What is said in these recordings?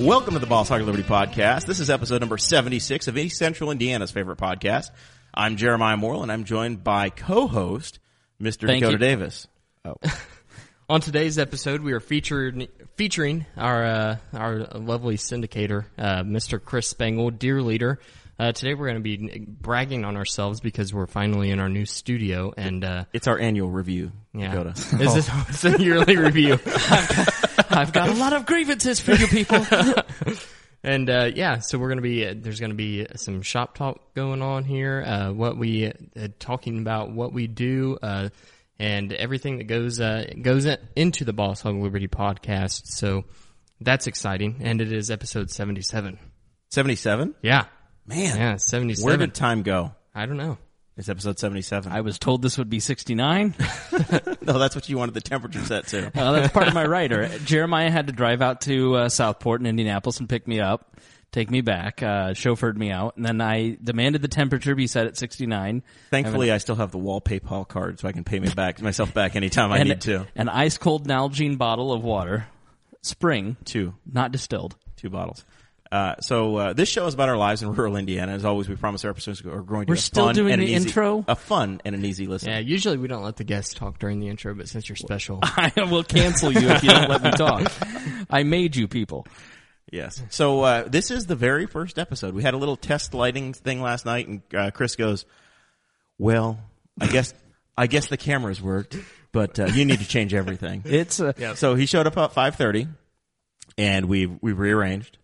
Welcome to the Boss Hog of Liberty podcast. This is episode number 76 of East Central Indiana's favorite podcast. I'm Jeremiah Morrill, and I'm joined by co-host Mr. Thank Dakota you. Davis. Oh, On today's episode, we are featured, featuring our uh, our lovely syndicator, uh, Mr. Chris Spangle, dear leader. Uh, today, we're going to be bragging on ourselves because we're finally in our new studio, and uh, It's our annual review, yeah, Dakota. is this it's a yearly review? Oh. I've got a lot of grievances for you people. And uh, yeah, so we're gonna be uh, there's gonna be some shop talk going on here. Uh, what we uh, uh, talking about, what we do, uh, and everything that goes uh, goes in, into the Boss Hog Liberty podcast. So that's exciting, and it is episode seventy seven. 77? Yeah, Man, yeah, seventy where seven. did time go? I don't know. It's episode 77. I was told this would be 69. no, that's what you wanted the temperature set to. Uh, that's part of my writer. Jeremiah had to drive out to uh, Southport in Indianapolis and pick me up, take me back, uh, chauffeured me out, and then I demanded the temperature be set at 69. Thankfully, I still have the wall PayPal card so I can pay me back myself back anytime I and need to. An ice cold Nalgene bottle of water, spring, Two. not distilled. Two bottles. Uh, so uh, this show is about our lives in rural Indiana. As always, we promise our episodes are going to We're be a still fun doing and an the easy- intro? a fun and an easy listen. Yeah, usually we don't let the guests talk during the intro, but since you're special, I will cancel you if you don't let me talk. I made you people. Yes. So uh, this is the very first episode. We had a little test lighting thing last night, and uh, Chris goes, "Well, I guess I guess the cameras worked, but uh, you need to change everything." It's uh, So he showed up at five thirty, and we we rearranged,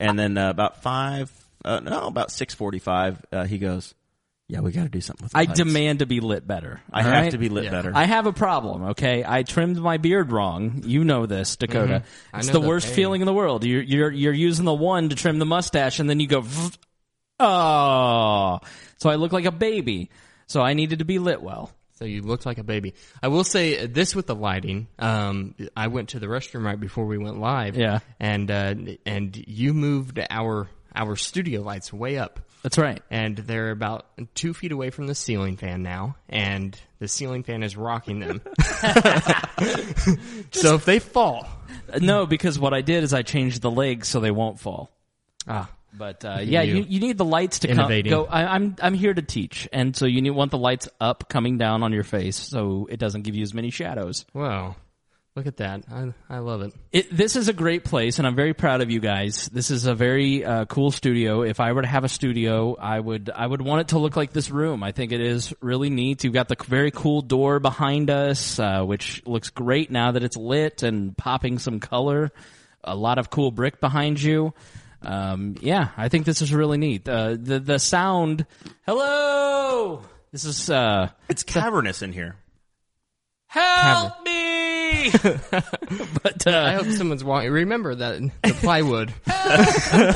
and then uh, about five uh, no about six forty five uh, he goes, "Yeah, we got to do something." with the I lights." demand to be lit better. I all have right? to be lit better. I have a problem, okay? I trimmed my beard wrong. You know this, Mm-hmm. Dakota. I It's know the, the worst pain. feeling in the world. You're, you're, you're using the one to trim the mustache, and then you go, "Vzz." oh. So I look like a baby. So I needed to be lit well. So you looked like a baby. I will say uh, this with the lighting. Um, I went to the restroom right before we went live. Yeah. and uh, and you moved our our studio lights way up, That's right. and they're about two feet away from the ceiling fan now, and the ceiling fan is rocking them. so if they fall, Uh, No, because what I did is I changed the legs so they won't fall. ah, But uh, yeah, you. you. You, need the lights to come, Innovating. go. I, I'm I'm here to teach, and so you need, want the lights up, coming down on your face, so it doesn't give you as many shadows. wow, look at that! I I love it. It, this is a great place, and I'm very proud of you guys. This is a very uh, cool studio. If I were to have a studio, I would I would want it to look like this room. I think it is really neat. You've got the c- very cool door behind us, uh, which looks great now that it's lit and popping some color. A lot of cool brick behind you. Um, yeah, I think this is really neat. Uh, the the sound. Hello. This is uh, It's cavernous in here. help me. but uh, I hope someone's walking. Remember that the plywood.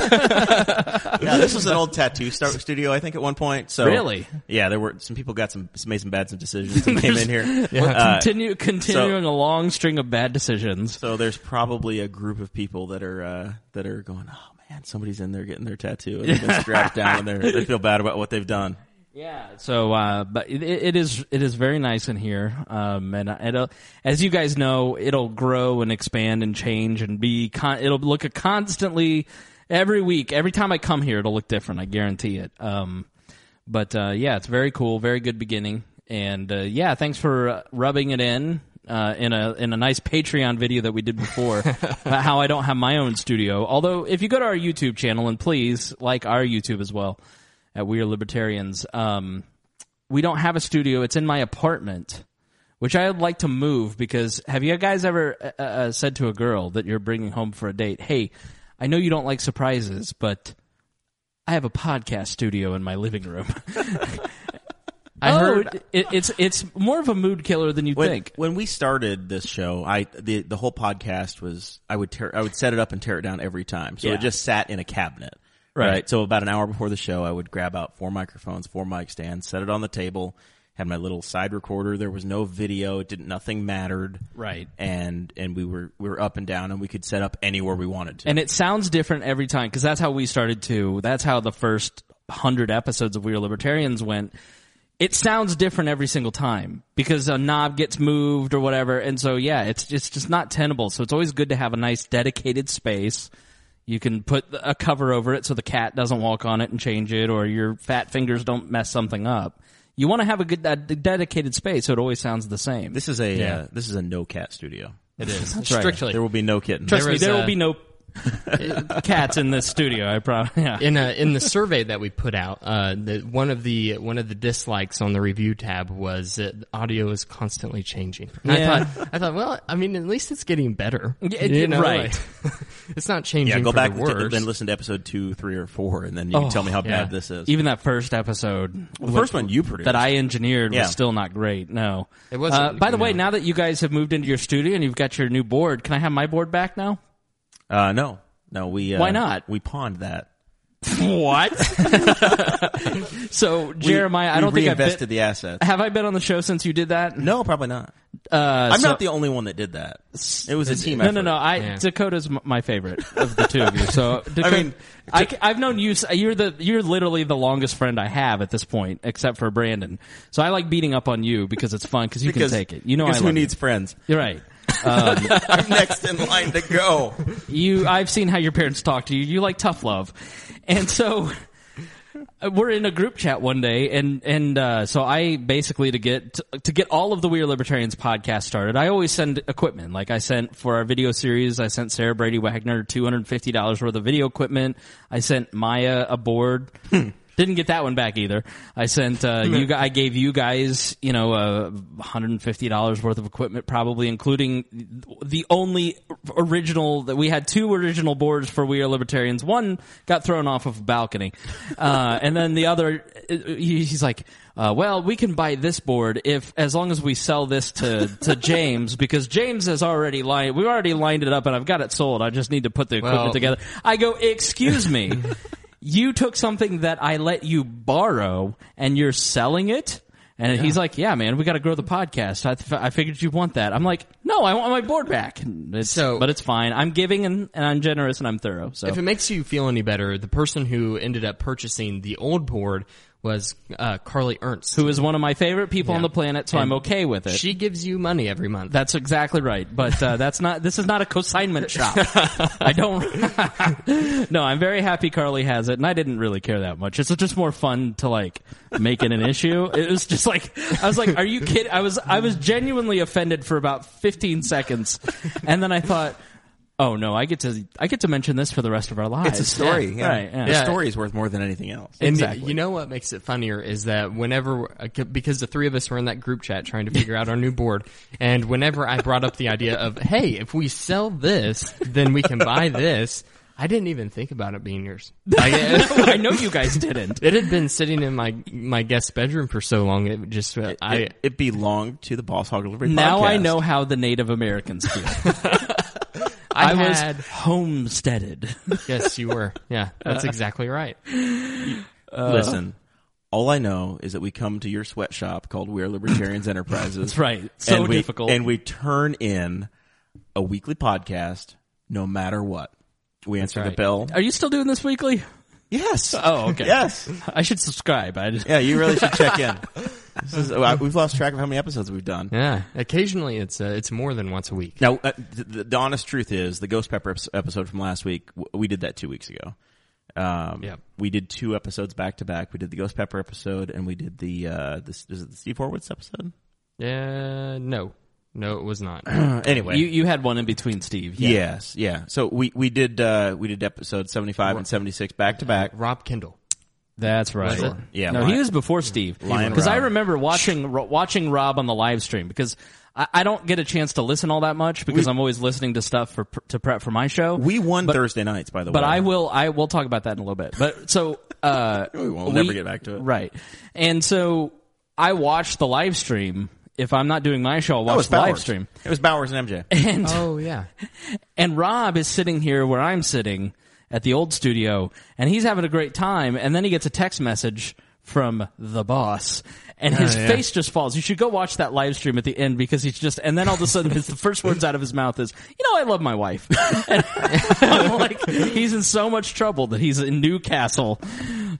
Yeah, this was an old tattoo stu- studio, I think, at one point. So Really? yeah, there were some people got some made some bad some decisions and came in here. Well, Uh, continue continuing a long string of bad decisions. so there's probably a group of people that are uh, that are going, oh man, somebody's in there getting their tattoo and they've been strapped down and they're, they feel bad about what they've done. Yeah. So, uh, but it, it is it is very nice in here, um, and it as you guys know, it'll grow and expand and change and be. Con- it'll look a constantly every week, every time I come here, it'll look different. I guarantee it. Um, but uh, yeah, it's very cool, very good beginning, and uh, yeah, thanks for uh, rubbing it in. Uh, in a in a nice Patreon video that we did before about how I don't have my own studio. Although if you go to our YouTube channel and please like our YouTube as well at We Are Libertarians, um, we don't have a studio. It's in my apartment, which I would like to move because have you guys ever uh, uh, said to a girl that you're bringing home for a date, "Hey, I know you don't like surprises, but I have a podcast studio in my living room. I Oh, heard it, it's it's more of a mood killer than you When, think. when we started this show, I the the whole podcast was I would tear I would set it up and tear it down every time. So Yeah. it just sat in a cabinet. Right. So about an hour before the show, I would grab out four microphones, four mic stands, set it on the table, had my little side recorder. There was no video. It didn't nothing mattered. Right. And and we were we were up and down and we could set up anywhere we wanted to. And it sounds different every time because that's how we started too. That's how the first hundred episodes of We Are Libertarians went. It sounds different every single time because a knob gets moved or whatever, and so yeah, it's it's just not tenable. So it's always good to have a nice dedicated space. You can put a cover over it so the cat doesn't walk on it and change it, or your fat fingers don't mess something up. You want to have a good a dedicated space so it always sounds the same. this is a uh, this is a no cat studio. it is right. strictly There will be no kitten. Trust there me, was, there uh, will be no cats in this studio. I promise. Yeah. in uh in the survey that we put out. Uh, the, one of the one of the dislikes on the review tab was that audio is constantly changing. And I Yeah. thought I thought well, I mean, at least it's getting better. Yeah, it- right. like, it's not changing. yeah, go for back the and t- worse. then listen to episode two, three, or four, and then you can tell me how yeah. bad this is. Oh, Even that first episode the first one you produced. that I engineered Yeah. was still not great. No, It wasn't, Uh, by the you way, know. now that you guys have moved into your studio and you've got your new board, can I have my board back now? Uh, no, no. We uh, Why not? We pawned that. What? so Jeremiah, we I don't think I've been, reinvested the assets. have I been on the show since you did that. No, probably not. Uh, I'm so- not the only one that did that. It was a team No, effort. no, no. I Yeah. Dakota's m- my favorite of the two of you. So Dakota, I mean, I, have known you. s- You're the you're literally the longest friend I have at this point, except for Brandon. So I like beating up on you because it's fun because you Because can take it. You know, I because love who you. needs friends? You're right. I'm next in line to go. you i've seen how your parents talk to you you like tough love and so uh, we're in a group chat one day and and uh, so i basically to get to, to get all of the we are libertarians podcast started i always send equipment like i sent for our video series i sent sarah brady wagner $250 worth of video equipment i sent maya a board Didn't get that one back either. I sent uh, you. gu- I gave you guys, you know, uh, one hundred and fifty dollars worth of equipment, probably including the only original that we had two original boards for We Are Libertarians. One got thrown off of a balcony, uh, and then the other. he- He's like, uh, "Well, we can buy this board if as long as we sell this to to James because James has already lined. We've already lined it up, and I've got it sold. I just need to put the equipment Well- together." I go, "Excuse me." you took something that I let you borrow and you're selling it? And he's like, yeah, man, we got to grow the podcast. I, th- I figured you want that. I'm like, no, I want my board back. And It's, So- but it's fine. I'm giving and, and I'm generous and I'm thorough. So If it makes you feel any better, the person who ended up purchasing the old board was uh, Carly Ernst. who is one of my favorite people on the planet? So I'm okay with it. she gives you money every month. that's exactly right. But uh, that's not. This is not a consignment shop. I don't. no, I'm very happy Carly has it, and I didn't really care that much. It's just more fun to like make it an issue. It was just like I was like, "Are you kidding?" I was I was genuinely offended for about 15 seconds, and then I thought, "Oh no, I get to I get to mention this for the rest of our lives." It's a story. Yeah, yeah. right? yeah. The story is worth more than anything else. And Exactly. you know what makes it funnier is that whenever, uh, because the three of us were in that group chat trying to figure out our new board, and whenever I brought up the idea of, hey, if we sell this, then we can buy this, I didn't even think about it being yours. Like, I know you guys didn't. it had been sitting in my my guest bedroom for so long, it just, uh, I, it, it belonged to the Boss Hog Delivery Now I podcast. know how the Native Americans feel. I, I was had, homesteaded. yes, you were. Yeah, that's exactly right. Uh-huh. Listen, all I know is that we come to your sweatshop called We're Libertarians Enterprises. That's right. So and we, difficult. And we turn in a weekly podcast no matter what. We answer the right. bell. Are you still doing this weekly? Yes. Oh, okay. Yes. I should subscribe. I just, Yeah, you really should check in. This is, oh, I- we've lost track of how many episodes we've done. Yeah, occasionally it's uh, it's more than once a week. Now, uh, th- the, the honest truth is, the Ghost Pepper ep- episode from last week, w- we did that two weeks ago. Um, Yep. We did two episodes back to back. We did the Ghost Pepper episode, and we did the uh, this is it the Steve Horwitz episode. Yeah, no, no, it was not. Uh, anyway, you you had one in between, Steve. yes, yeah. So we we did uh, we did episode seventy five and seventy six back to back. Rob Kendall. That's right. it? Yeah, No, Lion- he was before Steve. Lion Because I Rob. remember watching ro- watching Rob on the live stream because I, I don't get a chance to listen all that much because I'm always listening to stuff for to prep for my show. We won Thursday nights, by the but way. I will I will talk about that in a little bit. But so uh We won't. We'll never get back to it. Right. And so I watch the live stream. If I'm not doing my show, I'll Oh, it watch was the live Bowers. stream. It was Bowers and MJ. And Oh yeah. and Rob is sitting here where I'm sitting at the old studio, and he's having a great time. And then he gets a text message from the boss, and his Oh, yeah. face just falls. You should go watch that live stream at the end because he's just. And then all of a sudden, his, the first words out of his mouth is, "You know, I love my wife." And I'm like, he's in so much trouble that he's in Newcastle.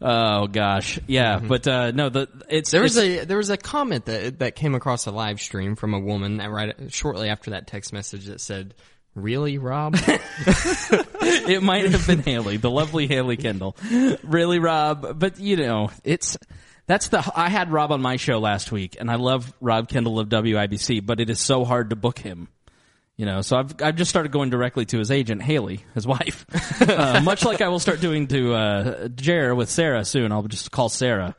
Oh gosh, yeah, but uh, no, the it's Mm-hmm. There was it's- a there was a comment that that came across a live stream from a woman that right shortly after that text message that said, "Really, Rob?" it might have been Haley, the lovely Haley Kendall. Really, Rob, but you know, it's that's the I had Rob on my show last week, and I love Rob Kendall of WIBC, but it is so hard to book him. You know, so I've I've just started going directly to his agent, Haley, his wife. uh, much like I will start doing to uh, Jer with Sarah soon. I'll just call Sarah.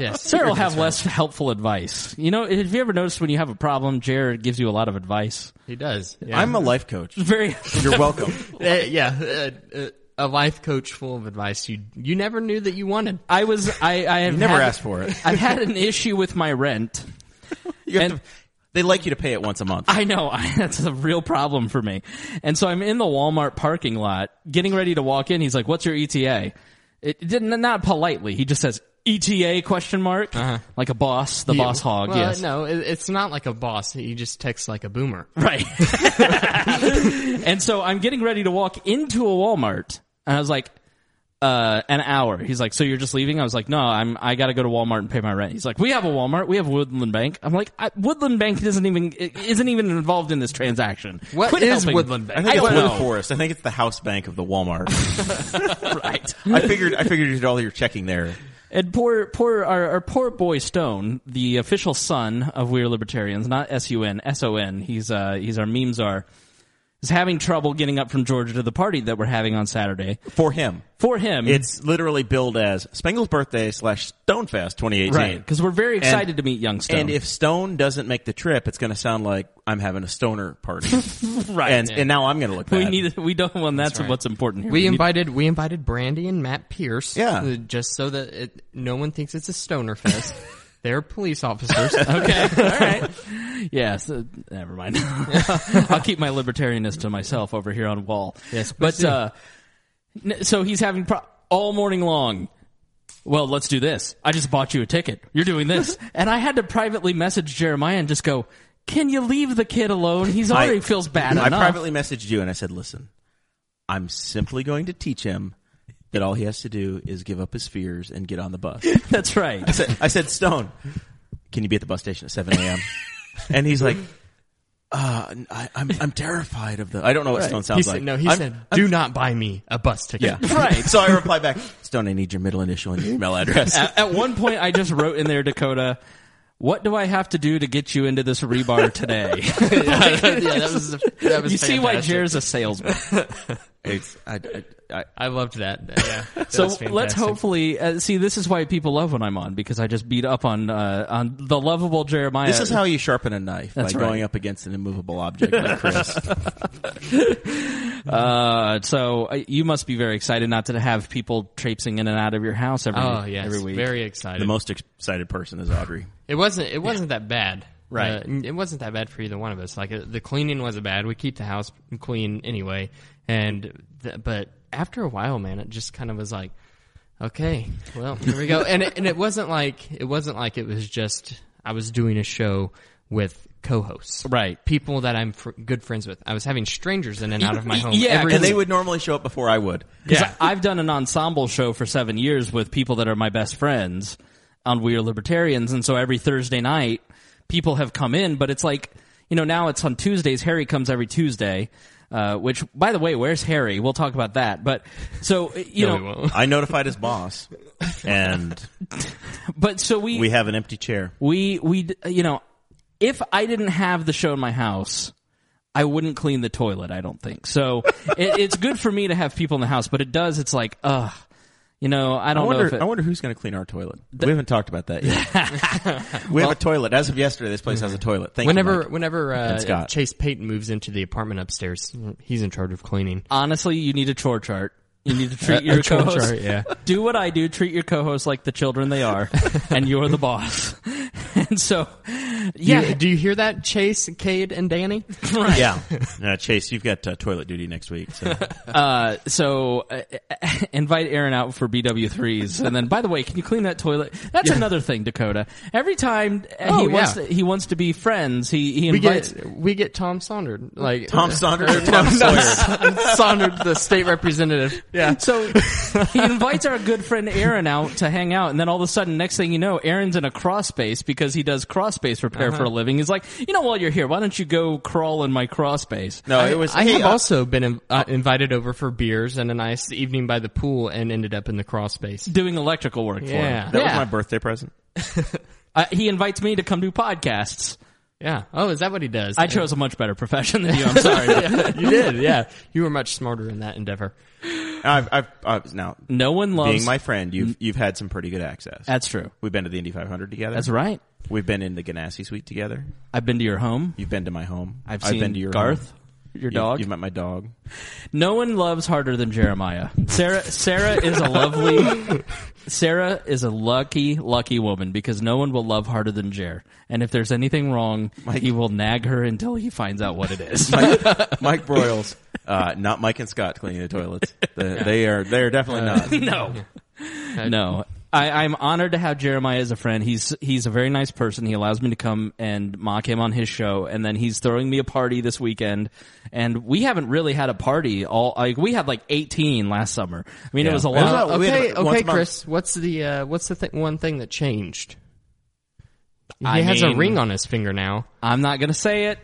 yes. Sarah will have less helpful advice. You know, have you ever noticed when you have a problem, Jer gives you a lot of advice? He does. Yeah. I'm a life coach. Very. You're welcome. Uh, yeah. Uh, uh, a life coach full of advice you you never knew that you wanted. I was. I. I have You never had- asked for it. I've had an issue with my rent. You have And- to, they like you to pay it once a month. I know I, that's a real problem for me. And so I'm in the Walmart parking lot, getting ready to walk in. He's like, "What's your ETA?" It didn't not politely. He just says ETA question mark Uh-huh. like a boss, the boss hog. Well, yes. No, it, it's not like a boss. You just text like a boomer. Right. and so I'm getting ready to walk into a Walmart, and I was like, uh, an hour. He's like, so you're just leaving? I was like, no, I'm. I got to go to Walmart and pay my rent. He's like, we have a Walmart, we have Woodland Bank. I'm like, I, Woodland Bank doesn't even isn't even involved in this transaction. What Quit is helping. Woodland Bank? I think I it's don't Blue know. Forest. I think it's the house bank of the Walmart. right. I figured. I figured you did all your checking there. And poor, poor, our, our poor boy Stone, the official son of We Are Libertarians, not S U N, S O N. He's uh, he's our meme czar. Is having trouble getting up from Georgia to the party that we're having on Saturday. For him, For him, it's literally billed as Spangle's birthday slash Stonefest 2018. right because we're very excited And- to meet young Stone. And if Stone doesn't make the trip, it's going to sound like I'm having a stoner party. right, and and now I'm going to look bad. we need, we don't. Well, that's, right. what's important here. We need- invited we invited Brandy and Matt Pierce. Yeah. uh, just so that it, no one thinks it's a stoner fest. They're police officers. okay. All right. Yeah. So, never mind. I'll keep my libertarianness to myself over here on wall. Yes, please But do. uh, n- so he's having pro- all morning long. Well, let's do this. I just bought you a ticket. You're doing this, and I had to privately message Jeremiah and just go, "Can you leave the kid alone? He's I- already feels bad I enough." privately messaged you and I said, "Listen, I'm simply going to teach him that all he has to do is give up his fears and get on the bus." That's right. I said, I said, Stone, can you be at the bus station at 7 a.m.? and he's like, uh, I, I'm, I'm terrified of the, I don't know what Stone sounds He like. said, no, he I'm- said, "Do not buy me a bus ticket." yeah. Right. So I reply back, Stone, I need your middle initial and your email address. at, at one point, I just wrote in there, Dakota. What do I have to do to get you into this rebar today? Yeah, that was, that was you see why fantastic. Jer's a salesman. It's- I, I, I, I loved that. Yeah. So let's hopefully uh, see. This is why people love when I'm on because I just beat up on uh, on the lovable Jeremiah. this is how you sharpen a knife That's by right. going up against an immovable object like Chris. Uh, so uh, you must be very excited not to have people traipsing in and out of your house every Oh yes, every week. very the excited. most excited person is Audrey. it wasn't. It wasn't that bad. Right. Uh, it wasn't that bad for either one of us. Like uh, the cleaning wasn't bad. We keep the house clean anyway. And th- but after a while, man, it just kind of was like, okay, well, here we go. and it, and it wasn't like it wasn't like it was just I was doing a show with co-hosts, Right. People that I'm fr- good friends with. I was having strangers in and out of my home. Yeah, every And they week. would normally show up before I would. Because Yeah. I've done an ensemble show for seven years with people that are my best friends on We Are Libertarians, and so every Thursday night, people have come in, but it's like, you know, now it's on Tuesdays. Harry comes every Tuesday, uh, which, by the way, where's Harry? We'll talk about that. But so, uh, you No, we know, won't. I notified his boss and but so we, we have an empty chair. we we d- you know if i didn't have the show in my house i wouldn't clean the toilet i don't think so it, it's good for me to have people in the house but it does it's like ugh You know, I don't I wonder, know if it, I wonder who's going to clean our toilet. we haven't talked about that yet. we have a toilet. As of yesterday, this place has a toilet. Thank you. Whenever, Mike. whenever uh, Scott. Chase Payton moves into the apartment upstairs, he's in charge of cleaning. honestly, you need a chore chart. You need to treat your a chore co-host. chart, yeah. Do what I do. Treat your co-host like the children they are, and you're the boss. and so, yeah, You- do you hear that, Chase, Cade, and Danny? right. yeah, uh, Chase, you've got uh, toilet duty next week. So. Uh, so uh, invite Aaron out for BW3s, and then by the way, can you clean that toilet? That's another thing, Dakota. Every time uh, Oh, he wants yeah. to, he wants to be friends, he he We invites. get we get Tom Saunders, like Tom Saunders or Tom Sawyer? Saunders, the state representative. Yeah, so he invites our good friend Aaron out to hang out, and then all of a sudden, next thing you know, Aaron's in a cross space because he does cross space repair Uh-huh. for a living. He's like, you know, while you're here, why don't you go crawl in my cross space? No, it was. I hey, have uh, also been in, uh, invited over for beers and a nice evening by the pool, and ended up in the crawl space. Doing electrical work for him. Yeah, That was Yeah. my birthday present. Uh, he invites me to come do podcasts. yeah. Oh, is that what he does? I chose a much better profession than you. I'm sorry. you did, yeah. You were much smarter in that endeavor. I've, I've, I've now No one loves. being my friend, you've you've had some pretty good access. That's true. We've been to the Indy 500 together. That's right. We've been in the Ganassi suite together. I've been to your home. You've been to my home. I've seen been to your Garth, home. your You've- dog. You've, met my dog. no one loves harder than Jeremiah. Sarah Sarah is a lovely Sarah is a lucky lucky woman because no one will love harder than Jer. And if there's anything wrong, he will nag her until he finds out what it is. Mike, Mike Broyles. Uh, not Mike and Scott cleaning the toilets. The- They are. They are Uh, definitely not. no. No. I, I'm honored to have Jeremiah as a friend. He's he's a very nice person. He allows me to come and mock him on his show, and then he's throwing me a party this weekend. And we haven't really had a party all like we had like 18 last summer. I mean, it Yeah. was a It was lot. a- we had okay, about once okay, a month. Chris. What's the uh, what's the th- one thing that changed? He I has mean- a ring on his finger now. I'm not gonna say it,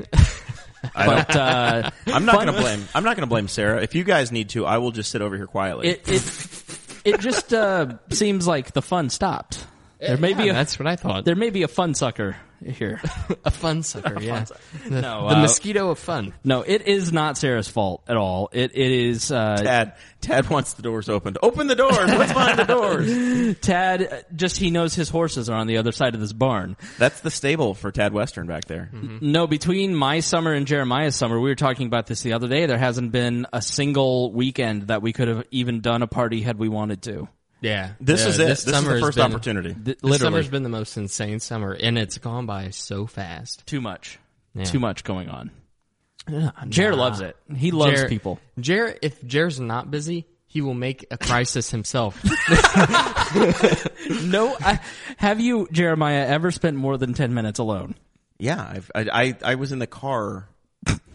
I don't, but uh, I'm not going to blame. I'm not going to blame Sarah. If you guys need to, I will just sit over here quietly. it it it just uh, seems like the fun stopped. There may be Yeah, a that's what I thought. there may be a fun sucker here. a fun sucker. Yeah, The, No, the uh, mosquito of fun. No, it is not Sarah's fault at all. It it is uh, Tad. Tad wants the doors opened. Open the doors. Let's find the doors. Tad uh, just he knows his horses are on the other side of this barn. That's the stable for Tad Western back there. Mm-hmm. No, between my summer and Jeremiah's summer, we were talking about this the other day. There hasn't been a single weekend that we could have even done a party had we wanted to. Yeah, This Yeah, is it. This, is summer the has first been- opportunity. Th- This literally, summer's been the most insane summer, and it's gone by so fast. too much, Yeah. too much going on. Jer loves it. He loves Jer- people. Jer, if Jer's not busy, he will make a crisis himself. No, I, have you, Jeremiah, ever spent more than ten minutes alone? Yeah, I've, I, I I was in the car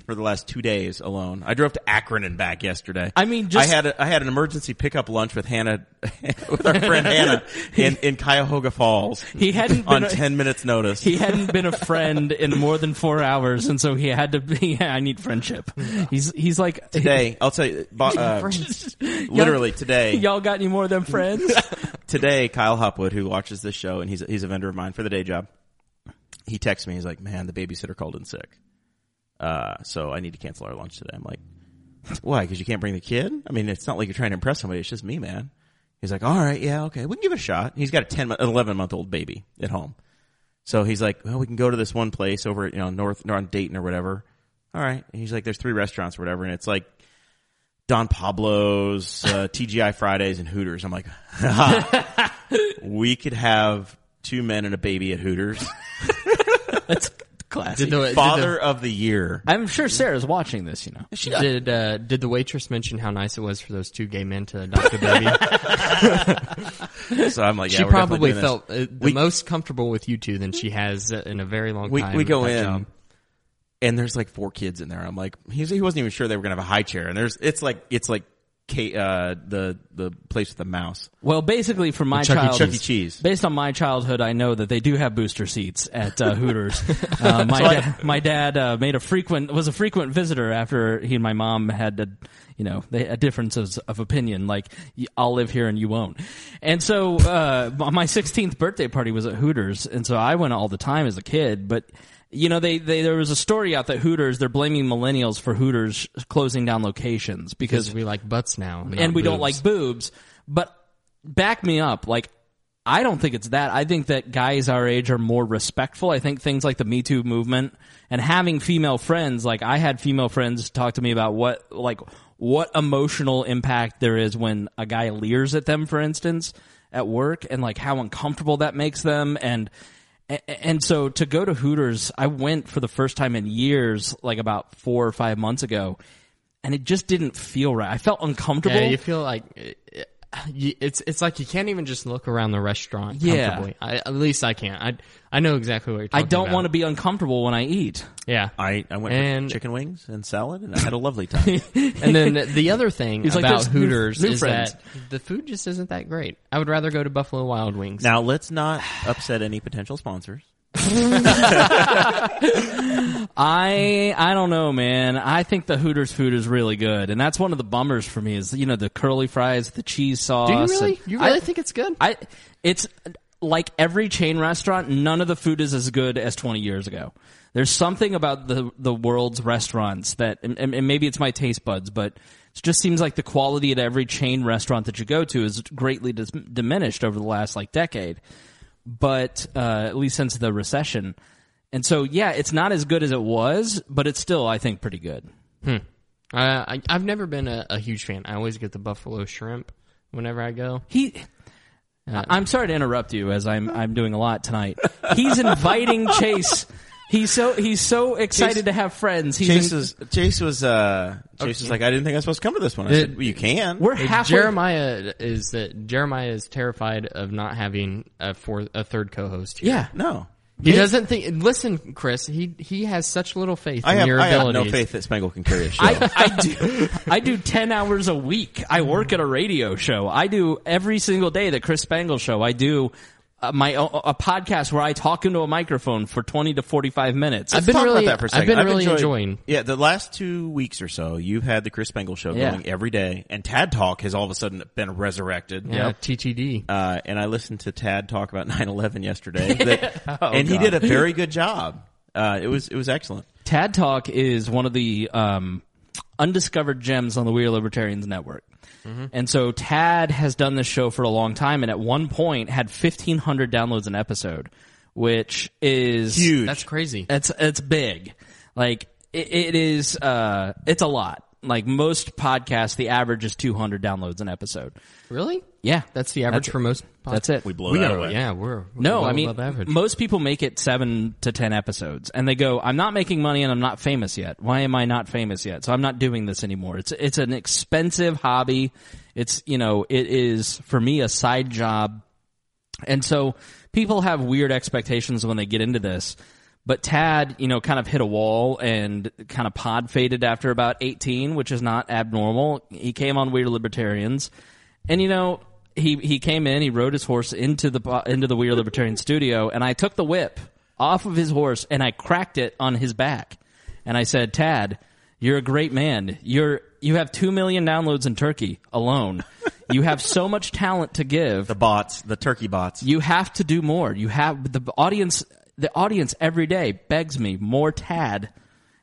for the last two days alone. I drove to Akron and back yesterday. I mean, just- I had a, I had an emergency pickup lunch with Hannah, with our friend Hannah in in Cuyahoga Falls He hadn't been. on a- ten minutes notice. he hadn't been a friend in more than four hours, and so he had to be. Yeah, I need friendship. He's he's like Today, I'll tell you, bo- uh, literally today, Y'all got any more of them friends? today, Kyle Hopwood, who watches this show, and he's he's a vendor of mine for the day job. He texts me. He's like, "Man, the babysitter called in sick, uh, so I need to cancel our lunch today." I'm like, "Why? Because you can't bring the kid? I mean, it's not like you're trying to impress somebody. It's just me, man." He's like, "All right, yeah, okay, we can give it a shot." He's got a ten, mo- an eleven month old baby at home, so he's like, "Well, we can go to this one place over, at, you know, north or on Dayton or whatever." All right, and he's like, "There's three restaurants or whatever," and it's like Don Pablo's, uh, TGI Fridays, and Hooters. I'm like, we could have two men and a baby at Hooters. That's classic. Did the, Father of the year. I'm sure Sarah's watching this. You know, did, the, did, uh, did the waitress mention how nice it was for those two gay men to adopt a baby? So I'm like, yeah, she we're definitely probably doing this. felt uh, the We- most comfortable with you two than she has uh, in a very long We time. we go at that in, job. and there's like four kids in there. I'm like, he's, he wasn't even sure they were gonna have a high chair. And there's it's like it's like Kate, uh, the the place with the mouse. well, basically, from my Chuck E. childhood, Chuck E. Cheese. Based on my childhood, I know that they do have booster seats at uh, Hooters. uh, my, da- my dad uh, made a frequent was a frequent visitor after he and my mom had, a, you know, they had differences of opinion. Like, y- I'll live here and you won't. And so, uh, my 16th birthday party was at Hooters, and so I went all the time as a kid, but. You know, they, they there was a story out that Hooters they're blaming millennials for Hooters closing down locations because because we like butts now, not and we don't boobs. like boobs. But back me up. Like, I don't think it's that. I think that guys our age are more respectful. I think things like the Me Too movement and having female friends, like I had female friends talk to me about what, like, what emotional impact there is when a guy leers at them, for instance, at work and like how uncomfortable that makes them. And, a- and so to go to Hooters, I went for the first time in years, like about four or five months ago, and it just didn't feel right. I felt uncomfortable. Yeah, you feel like uh, uh, you- it's it's like you can't even just look around the restaurant Yeah. comfortably. I, at least I can't. I I know exactly what you're I talking don't want want to be uncomfortable when I eat. to. Yeah. I I went And- for chicken wings and salad, and I had a lovely time. and then the other thing He's like, about "There's new- Hooters new is friends." that the food just isn't that great. I would rather go to Buffalo Wild Wings. now let's not upset any potential sponsors. I I don't know, man. I think the Hooters food is really good, and that's one of the bummers for me is you know the curly fries, the cheese sauce. Do you really? and- You really I, think it's good? I it's like every chain restaurant. None of the food is as good as twenty years ago. There's something about the the world's restaurants that, and, and and maybe it's my taste buds, but it just seems like the quality at every chain restaurant that you go to is greatly dis- diminished over the last like decade. But uh, at least since the recession, and so yeah, it's not as good as it was, but it's still I think pretty good. Uh, I, I've never been a, a huge fan. I always get the buffalo shrimp whenever I go. He. I- I'm sorry to interrupt you, as I'm I'm doing a lot tonight. He's inviting Chase. He's so he's so excited Chase- to have friends. He's Chase in- was Chase was uh Chase was like I didn't think I was supposed to come to this one. I said well, you can. we're halfway. Jeremiah is that Jeremiah is terrified of not having a four, a third co-host. Here. yeah, no. he doesn't think. Listen, Chris, he he has such little faith I in have, your I have no abilities. faith that Spangle can carry a show. I, I do I do ten hours a week. I work at a radio show. I do every single day the Chris Spangle show. I do. Uh, my o- a podcast where I talk into a microphone for twenty to forty five minutes. I've been Talk really- about that for a I've second. been really enjoying- Yeah, the last two weeks or so, you've had the Chris Spangle show Yeah. going every day, and Tad Talk has all of a sudden been resurrected. Yeah, TTD. Uh, and I listened to Tad talk about 9-11 yesterday, that- Oh, and he did a very good job. Uh, it was it was excellent. Tad Talk is one of the um, undiscovered gems on the We Are Libertarians network. Mm-hmm. And so Tad has done this show for a long time, and at one point had 1,500 downloads an episode, which is Huge. That's crazy. It's it's big. Like it, it is. Uh, it's a lot. Like most podcasts, the average is 200 downloads an episode. Really? Yeah, That's the average That's- for most. Podcasts. that's it. We blew We that are- away. yeah, we're, we're No, well I mean above average. most people make it seven to ten episodes, and they go, "I'm not making money, and I'm not famous yet. Why am I not famous yet? So I'm not doing this anymore. It's it's an expensive hobby. It's you know it is for me a side job, and so people have weird expectations when they get into this. But Tad, you know, kind of hit a wall and kind of pod faded after about 18, which is not abnormal. He came on Weird Libertarians. And you know, he he came in, he rode his horse into the po- into the Weird Libertarian studio, and I took the whip off of his horse and I cracked it on his back. And I said, "Tad, you're a great man. You're you have 2 million downloads in Turkey alone. You have so much talent to give. The bots, the turkey bots. You have to do more. You have the audience. The audience every day begs me more Tad,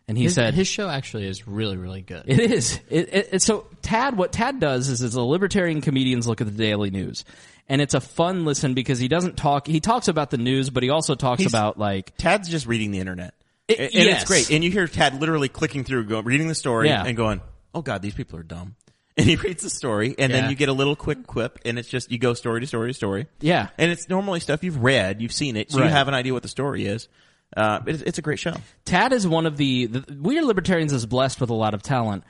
and he his, said his show actually is really really good. it is. It, it, it- so Tad, what Tad does is, is a libertarian comedian's look at the daily news, and it's a fun listen because he doesn't talk. He talks about the news, but he also talks about like Tad's just reading the internet, It- A- and, yes. it's great. And you hear Tad literally clicking through, going, reading the story, Yeah. and going, "Oh God, these people are dumb." And he reads the story, and Yeah. then you get a little quick quip, and it's just you go story to story to story. Yeah. and it's normally stuff you've read, you've seen it, so Right. you have an idea what the story is. Uh, it's, it's a great show. Tad is one of the, the we are libertarians is blessed with a lot of talent.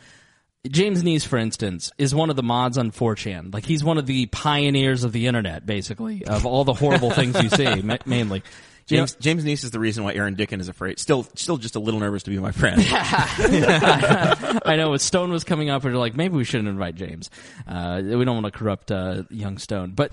James Neese, for instance, is one of the mods on 4chan. Like he's one of the pioneers of the internet, basically, of all the horrible things you see, ma- mainly. You know- James James Neese is the reason why Aaron Dickin is afraid. Still, still just a little nervous to be my friend. I know when Stone was coming up, we were like, maybe we shouldn't invite James. Uh, we don't want to corrupt uh, young Stone. But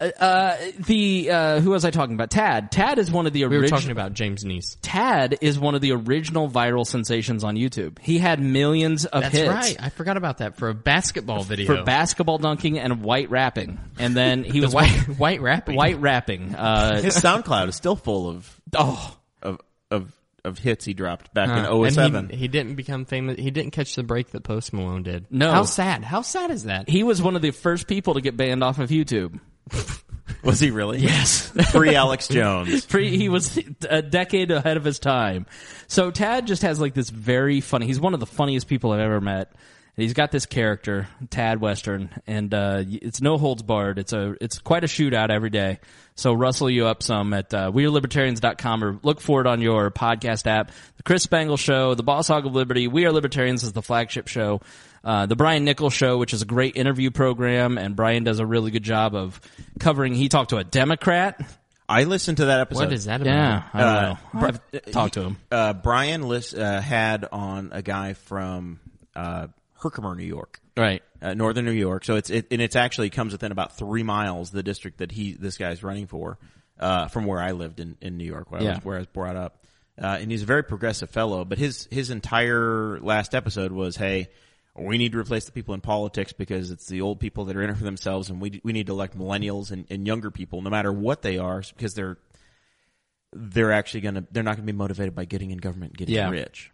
uh, uh, the uh, who was I talking about? Tad. Tad is one of the we were original. talking about James Neese. Tad is one of the original viral sensations on YouTube. He had millions of That's hits right. I forgot about that for a basketball video. for basketball dunking and white rapping, and then he was white white rapping. white rapping. Uh, His SoundCloud is still full of oh, of of of hits he dropped back Uh, in and he- 07. He, didn't become famous. He didn't catch the break that Post Malone did. No. How sad. How sad is that? He was one of the first people to get banned off of YouTube. was he really? Yes. Free Alex Jones. Pre, he was a decade ahead of his time. So Tad just has like this very funny. He's one of the funniest people I've ever met. And he's got this character, Tad Western, and uh, it's no holds barred. It's a it's quite a shootout every day. So rustle you up some at uh, wearelibertarians.com or look for it on your podcast app. The Chris Spangle Show, The Boss Hog of Liberty, We Are Libertarians is the flagship show. Uh, the Brian Nichols Show, which is a great interview program, and Brian does a really good job of covering. He talked to a Democrat. I listened to that episode. Uh, What is that about? Yeah, I don't know. Uh, Bri- I've talked to him. Uh, Brian list, uh, had on a guy from uh, Herkimer, New York, Right. uh, northern New York. So it's it, and it's actually comes within about three miles the district that he this guy's running for uh, from where I lived in, in New York, where, I Yeah. was, where I was brought up. Uh, and he's a very progressive fellow, but his his entire last episode was, hey. We need to replace the people in politics because it's the old people that are in it for themselves, and we we need to elect millennials and, and younger people, no matter what they are, because they're they're actually gonna they're not gonna be motivated by getting in government and getting Yeah. rich.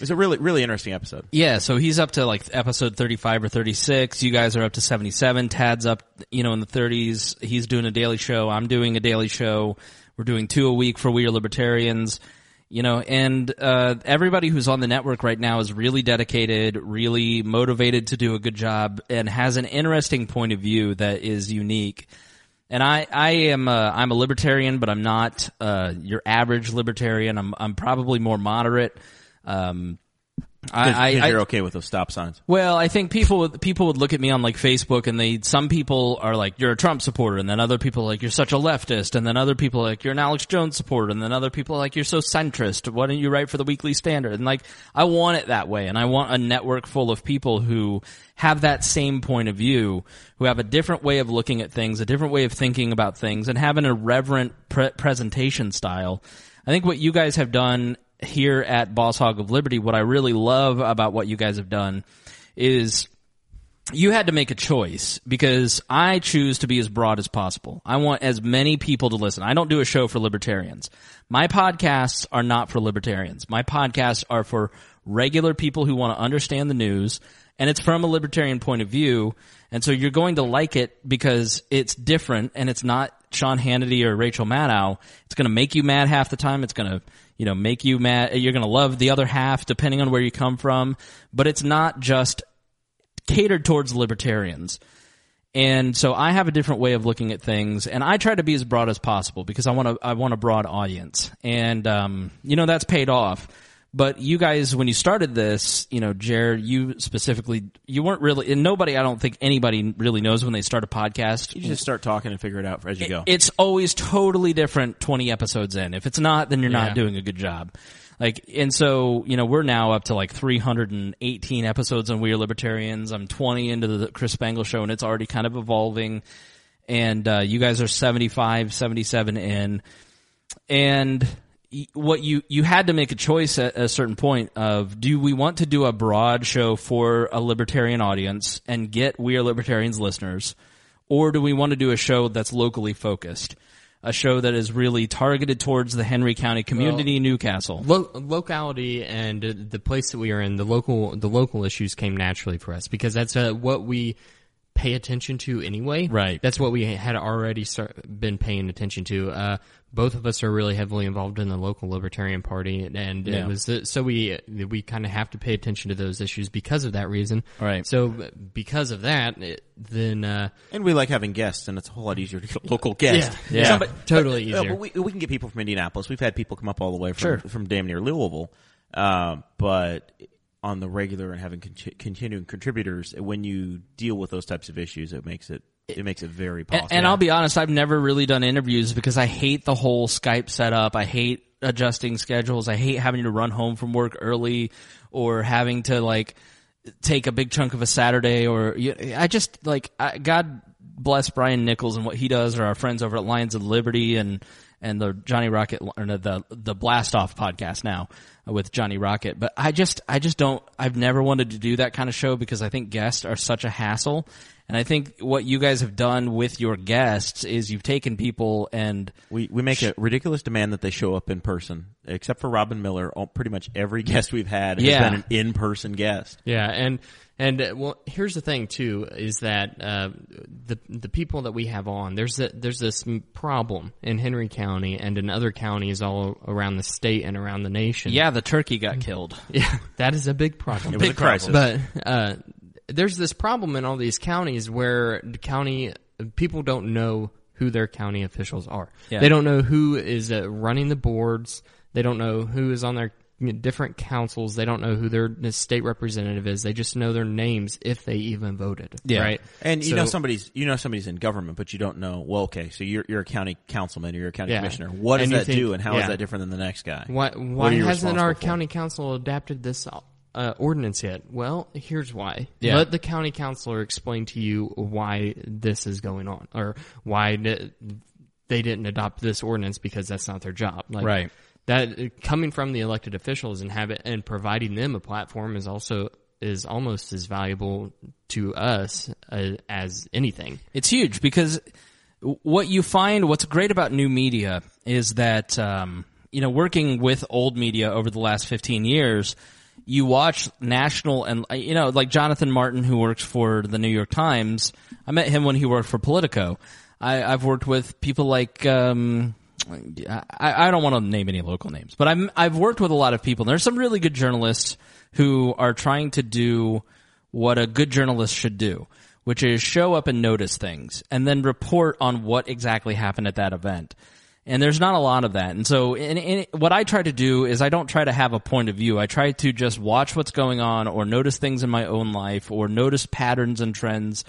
It's a really really interesting episode. Yeah, so he's up to like episode 35 or 36. You guys are up to 77. Tad's up, you know, in the 30s. He's doing a daily show. I'm doing a daily show. We're doing two a week for We Are Libertarians. You know, and uh, everybody who's on the network right now is really dedicated, really motivated to do a good job, and has an interesting point of view that is unique. and I, I am a, I'm a libertarian, but I'm not uh, your average libertarian. I'm I'm probably more moderate. Um, I, 'Cause- 'cause I, I you're okay with those stop signs. well, I think people would- people would look at me on like Facebook, and they some people are like you're a Trump supporter, and then other people are like you're such a leftist, and then other people are like you're an Alex Jones supporter, and then other people are like you're so centrist. Why don't you write for the Weekly Standard? And like I want it that way, and I want a network full of people who have that same point of view, who have a different way of looking at things, a different way of thinking about things, and have an irreverent pre- presentation style. I think what you guys have done here at Boss Hog of Liberty, what I really love about what you guys have done is you had to make a choice because I choose to be as broad as possible. I want as many people to listen. I don't do a show for libertarians. My podcasts are not for libertarians. My podcasts are for regular people who want to understand the news and it's from a libertarian point of view. And so you're going to like it because it's different and it's not Sean Hannity or Rachel Maddow. It's going to make you mad half the time. It's going to, you know, make you mad. You're going to love the other half depending on where you come from, but it's not just catered towards libertarians. And so I have a different way of looking at things, and I try to be as broad as possible because I want to. I want a broad audience, and um, you know that's paid off. But you guys, when you started this, you know, Jared, you specifically, you weren't really, and nobody, I don't think anybody really knows when they start a podcast. You just start talking and figure it out as you go. It's always totally different 20 episodes in. If it's not, then you're Yeah. not doing a good job. Like, and so, you know, we're now up to like 318 episodes on We Are Libertarians. I'm 20 into the Chris Spangle show and it's already kind of evolving. And, uh, you guys are 75, 77 in and y- what you you had to make a choice at a certain point of do we want to do a broad show for a libertarian audience and get we are libertarians listeners or do we want to do a show that's locally focused a show that is really targeted towards the henry county community newcastle Lo- locality and uh, the place that we are in, the local the local issues came naturally for us because that's uh, what we pay attention to anyway. Right. That's what we had already start, been paying attention to. Uh, both of us are really heavily involved in the local libertarian party, and, and it was the, so we we kind of have to pay attention to those issues because of that reason. Right. So uh, because of that, it, then uh, and we like having guests, and it's a whole lot easier to get local guests. Yeah. Somebody- totally Uh, easier. but we, we can get people from Indianapolis. We've had people come up all the way from, from damn near Louisville. Um, but on the regular and having conti- continuing contributors, when you deal with those types of issues, it makes it it makes it very A- possible. And I'll be honest, I've never really done interviews because I hate the whole Skype setup. I hate adjusting schedules. I hate having to run home from work early or having to like take a big chunk of a Saturday or you- I just like I, God bless Brian Nichols and what he does or our friends over at Lions of Liberty and and the Johnny Rocket or no, the the Blast Off podcast now with Johnny Rocket. But I just I just don't I've never wanted to do that kind of show because I think guests are such a hassle. And I think what you guys have done with your guests is you've taken people and We we make a ridiculous demand that they show up in person. Except for Robin Miller, all, pretty much every guest we've had has Yeah. been an in-person guest. Yeah, and and uh, well, here's the thing too is that uh, the the people that we have on there's a, there's this m- problem in Henry County and in other counties all around the state and around the nation. yeah, the turkey got killed. yeah, that is a big problem. It was a crisis. But uh, there's this problem in all these counties where the county people don't know who their county officials are. Yeah. They don't know who is uh, running the boards. They don't know who is on their you know, different councils. They don't know who their state representative is. They just know their names if they even voted. Yeah. Right. And you So- know somebody's you know somebody's in government, but you don't know. Well, okay, so you're you're a county councilman or you're a county Yeah. commissioner. What does And you that think- do, and how is yeah. that different than the next guy? Why, are why you hasn't our responsible for? county council adapted this uh, ordinance yet? Well, here's why. Yeah. Let the county councilor explain to you why this is going on or why th- they didn't adopt this ordinance because that's not their job. Like, Right. That coming from the elected officials and have it, and providing them a platform is also is almost as valuable to us uh, as anything. It's huge because what you find, what's great about new media is that, um, you know, working with old media over the last 15 years, you watch national and, uh, you know, like Jonathan Martin, who works for the New York Times. I met him when he worked for Politico. I, I've worked with people like, um, I, I don't want to name any local names, but I'm, I've worked with a lot of people. And there's some really good journalists who are trying to do what a good journalist should do, which is show up and notice things and then report on what exactly happened at that event. And there's not a lot of that. And so in, in, what I try to do is I don't try to have a point of view. I try to just watch what's going on or notice things in my own life or notice patterns and trends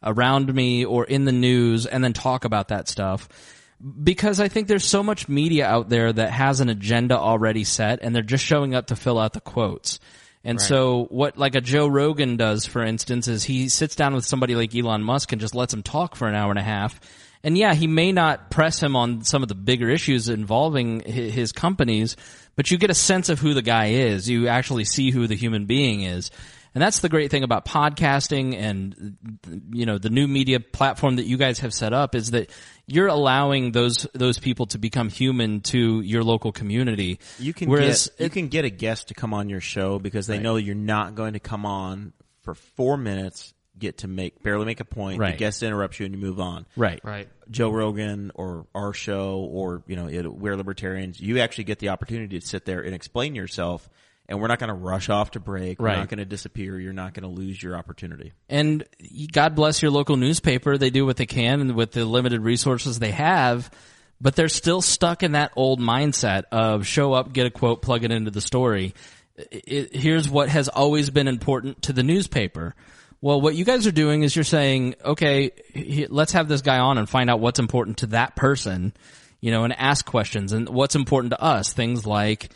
around me or in the news and then talk about that stuff because I think there's so much media out there that has an agenda already set and they're just showing up to fill out the quotes. And so what like a Joe Rogan does, for instance, is he sits down with somebody like Elon Musk and just lets him talk for an hour and a half. And yeah, he may not press him on some of the bigger issues involving hi- his companies, but you get a sense of who the guy is. You actually see who the human being is. And that's the great thing about podcasting and you know the new media platform that you guys have set up is that you're allowing those those people to become human to your local community. You can whereas get, you can get a guest to come on your show because they know you're not going to come on for four minutes, get to make barely make a point. Right. The guest interrupts you and you move on. right Right. Joe Rogan or our show or you know it, we're libertarians. You actually get the opportunity to sit there and explain yourself, and we're not going to rush off to break. Right. We're not going to disappear. You're not going to lose your opportunity. and God bless your local newspaper. They do what they can and with the limited resources they have, but they're still stuck in that old mindset of show up, get a quote, plug it into the story. I- I here's what has always been important to the newspaper. Well, what you guys are doing is you're saying, okay, he, let's have this guy on and find out what's important to that person, you know, and ask questions and what's important to us. Things like,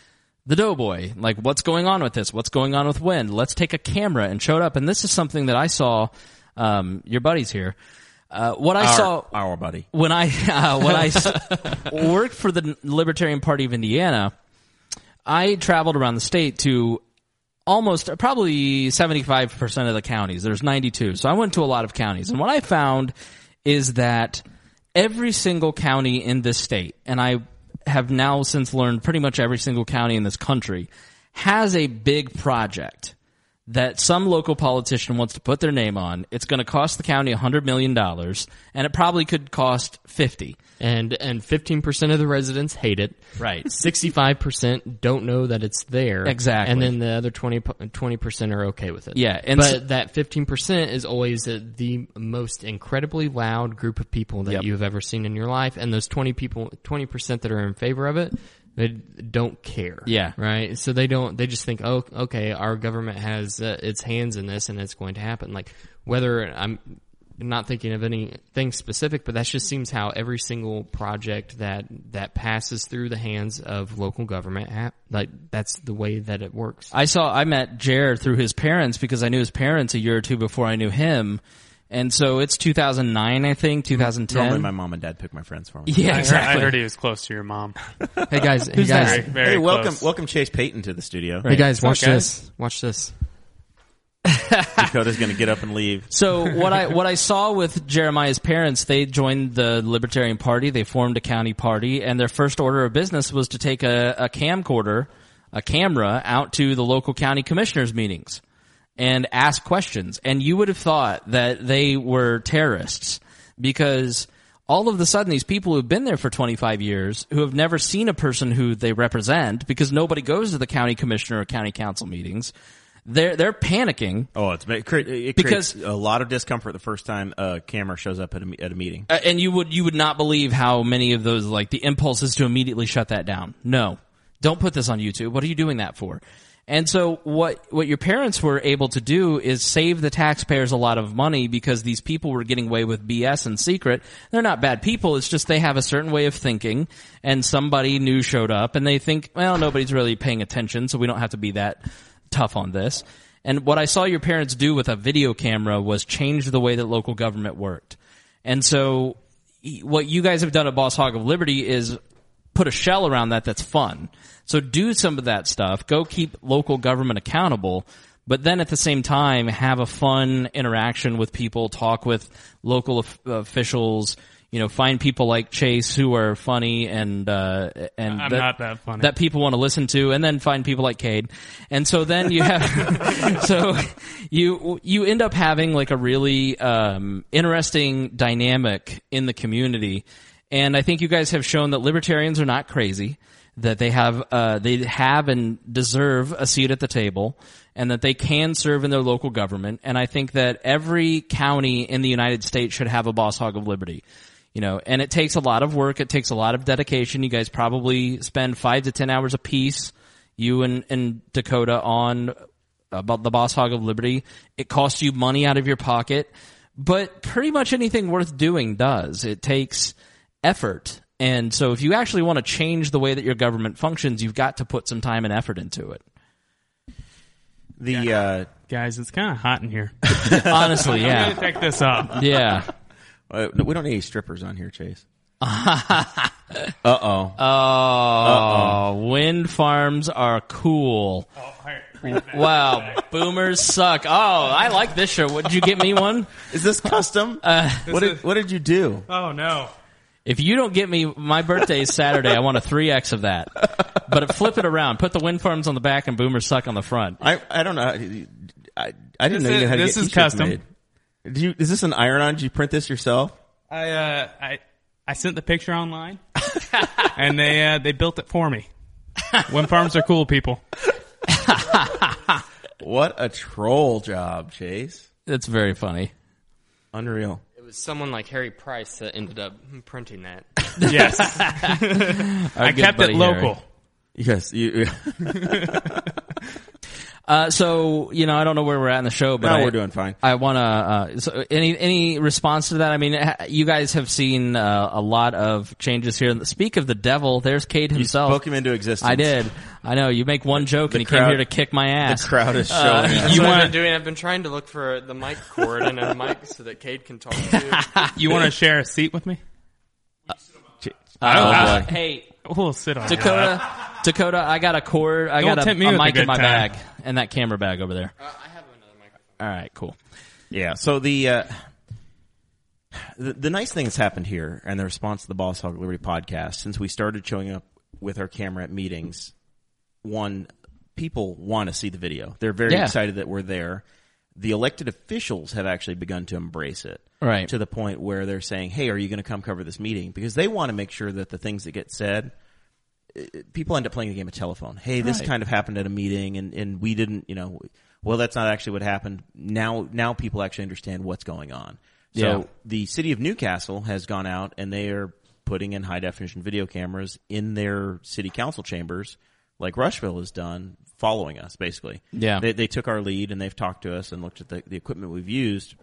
the doughboy like what's going on with this what's going on with when let's take a camera and showed up and this is something that i saw um, your buddies here uh, what i Our, saw our buddy. when i uh, when i s- worked for the libertarian party of indiana i traveled around the state to almost uh, probably 75% of the counties. There's 92. So I went to a lot of counties. And what I found is that every single county in this state, and I have now since learned pretty much every single county in this country, has a big project that some local politician wants to put their name on. It's going to cost the county $100 million, and it probably could cost 50. And and 15% of the residents hate it. Right. 65% don't know that it's there. Exactly. And then the other 20, percent are okay with it. Yeah, and but so- that 15% is always uh, the most incredibly loud group of people that Yep. you have ever seen in your life. And those 20 people, 20% that are in favor of it, they don't care. Yeah. Right. So they don't, they just think, oh, okay, our government has uh, its hands in this and it's going to happen. Like whether I'm, not thinking of anything specific, but that just seems how every single project that that passes through the hands of local government, ha- like that's the way that it works. I saw I met Jared through his parents because I knew his parents a year or two before I knew him, And so it's 2009, I think, 2010. Normally, my mom and dad pick my friends for me. yeah, I, exactly. heard, I heard he was close to your mom. Hey guys, hey that? guys, Very, hey very hey, welcome, close. welcome Chase Payton to the studio. guys, watch Okay. this. Watch this. Dakota's going to get up and leave. So what I what I saw with Jeremiah's parents, they joined the Libertarian Party. They formed a county party, and their first order of business was to take a, a camcorder, a camera, out to the local county commissioners' meetings and ask questions. And you would have thought that they were terrorists because all of a sudden these people who've been there for 25 years who have never seen a person who they represent because nobody goes to the county commissioner or county council meetings they're they're panicking Oh, it's it, cre- it Because- because a lot of discomfort the first time a camera shows up at a, me- at a meeting. Uh, and you would you would not believe how many of those like the impulse is to immediately shut that down. No, don't put this on YouTube. What are you doing that for? And so what what your parents were able to do is save the taxpayers a lot of money because these people were getting away with BS in secret. They're not bad people. It's just they have a certain way of thinking, and somebody new showed up, and they think, well, nobody's really paying attention, so we don't have to be that tough on this. And what I saw your parents do with a video camera was change the way that local government worked. And so, y- what you guys have done at Boss Hog of Liberty is put a shell around that that's fun. So do some of that stuff. Go keep local government accountable, but then at the same time have a fun interaction with people, talk with local of- officials. You know, find people like Chase who are funny and uh, and I'm not that funny. That people want to listen to, and then find people like Cade, and so then you have so you you end up having like a really um, interesting dynamic in the community, and I think you guys have shown that libertarians are not crazy, that they have uh, they have and deserve a seat at the table, and that they can serve in their local government, and I think that every county in the United States should have a boss hog of liberty you know, and it takes a lot of work. It takes a lot of dedication. You guys probably spend five to ten hours apiece, you and, and Dakota, on uh, about the Boss Hog of Liberty. It costs you money out of your pocket, but pretty much anything worth doing does. It takes effort. And so if you actually want to change the way that your government functions, you've got to put some time and effort into it. The uh, Guys, it's kind of hot in here. Honestly, I'm yeah. gonna take this off. Yeah. Uh, no, we don't need any strippers on here, Chase. uh oh. Oh, wind farms are cool. Wow, boomers suck. Oh, I like this shirt. Would you get me one? Is this custom? what did What did you do? Oh no. If you don't get me, my birthday is Saturday. I want a three X of that. But flip it around. Put the wind farms on the back and boomers suck on the front. I I don't know. I I didn't This know you is- knew how to this get is t-shirts custom. made. Did you, is this an iron-on? Did you print this yourself? I uh, I I sent the picture online, and they uh, they built it for me. Wind farms are cool, people. What a troll job, Chase! That's very funny. Unreal. It was someone like Harry Price that ended up printing that. Yes, I kept it local. Yes, you. Uh, so you know, I don't know where we're at in the show, but now I- we're doing fine. I want to. Uh, so any any response to that? I mean, ha- you guys have seen uh, a lot of changes here. Speak of the devil. There's Cade himself. Spoke him into existence. I did. I know. You make one joke and he came crowd- here to kick my The ass. crowd is Uh, showing. up. You You what I've want been doing? I've been trying to look for the mic cord and a mic so that Cade can talk too. you want to share a seat with me? Uh, Oh, boy. hey, We'll sit on it. Dakota. Dakota, I got a cord. I Don't got a, tempt me a with a mic in good my time. bag and that camera bag over there. Uh, I have another microphone. All right, cool. Yeah. So the, uh, the the nice thing that's happened here, and the response to the Boss Hog Liberty podcast, since we started showing up with our camera at meetings, one people want to see the video. They're very Yeah. excited that we're there. The elected officials have actually begun to embrace it, Right. To the point where they're saying, "Hey, are you going to come cover this meeting?" Because they want to make sure that the things that get said people end up playing the game of telephone. Hey, this kind of happened at a meeting, and, and we didn't, you know, well, that's not actually what happened. Now, now people actually understand what's going on. So Yeah. the city of Newcastle has gone out and they are putting in high definition video cameras in their city council chambers, like Rushville has done, following us basically. Yeah. they, they took our lead and they've talked to us and looked at the, the equipment we've used,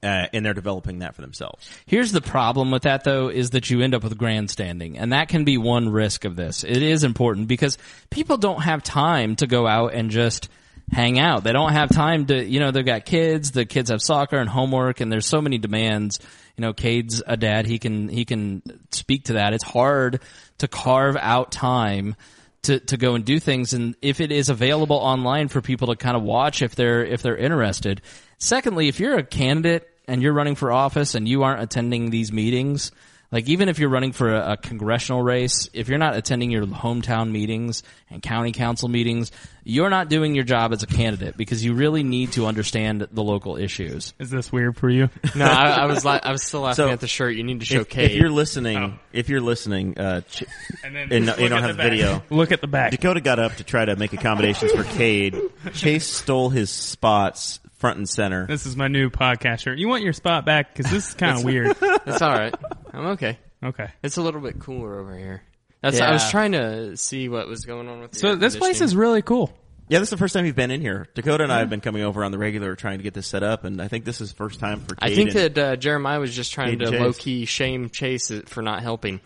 uh, and they're developing that for themselves. Here's the problem with that though is that you end up with grandstanding and that can be one risk of this. It is important because people don't have time to go out and just hang out. They don't have time to, you know, they've got kids, the kids have soccer and homework and there's so many demands. You know, Cade's a dad, he can, he can speak to that. It's hard to carve out time to, to go and do things. And if it is available online for people to kind of watch if they're, if they're interested. Secondly, if you're a candidate and you're running for office and you aren't attending these meetings, like even if you're running for a, a congressional race, if you're not attending your hometown meetings and county council meetings, you're not doing your job as a candidate because you really need to understand the local issues. Is this weird for you? No, I, I was la- I was still laughing So, at the shirt. You need to If, show if Cade. you're listening, if you're listening, uh, ch- Oh. And then and no- just you look don't at have the a back. video. Look at the back. Dakota got up to try to make accommodations for Cade. Chase stole his spots front and center. This is my new podcast shirt. You want your spot back because this is kind of weird. That's all right. I'm okay. Okay. It's a little bit cooler over here. That's I Yeah. was trying to see what was going on with. The So air this place is conditioning. really cool. Yeah, this is the first time you've been in here. Dakota and I have been coming over on the regular trying to get this set up, and I think this is first time for. I Cade think and- that uh, Jeremiah was just trying Need to Chase. low key shame Chase it for not helping.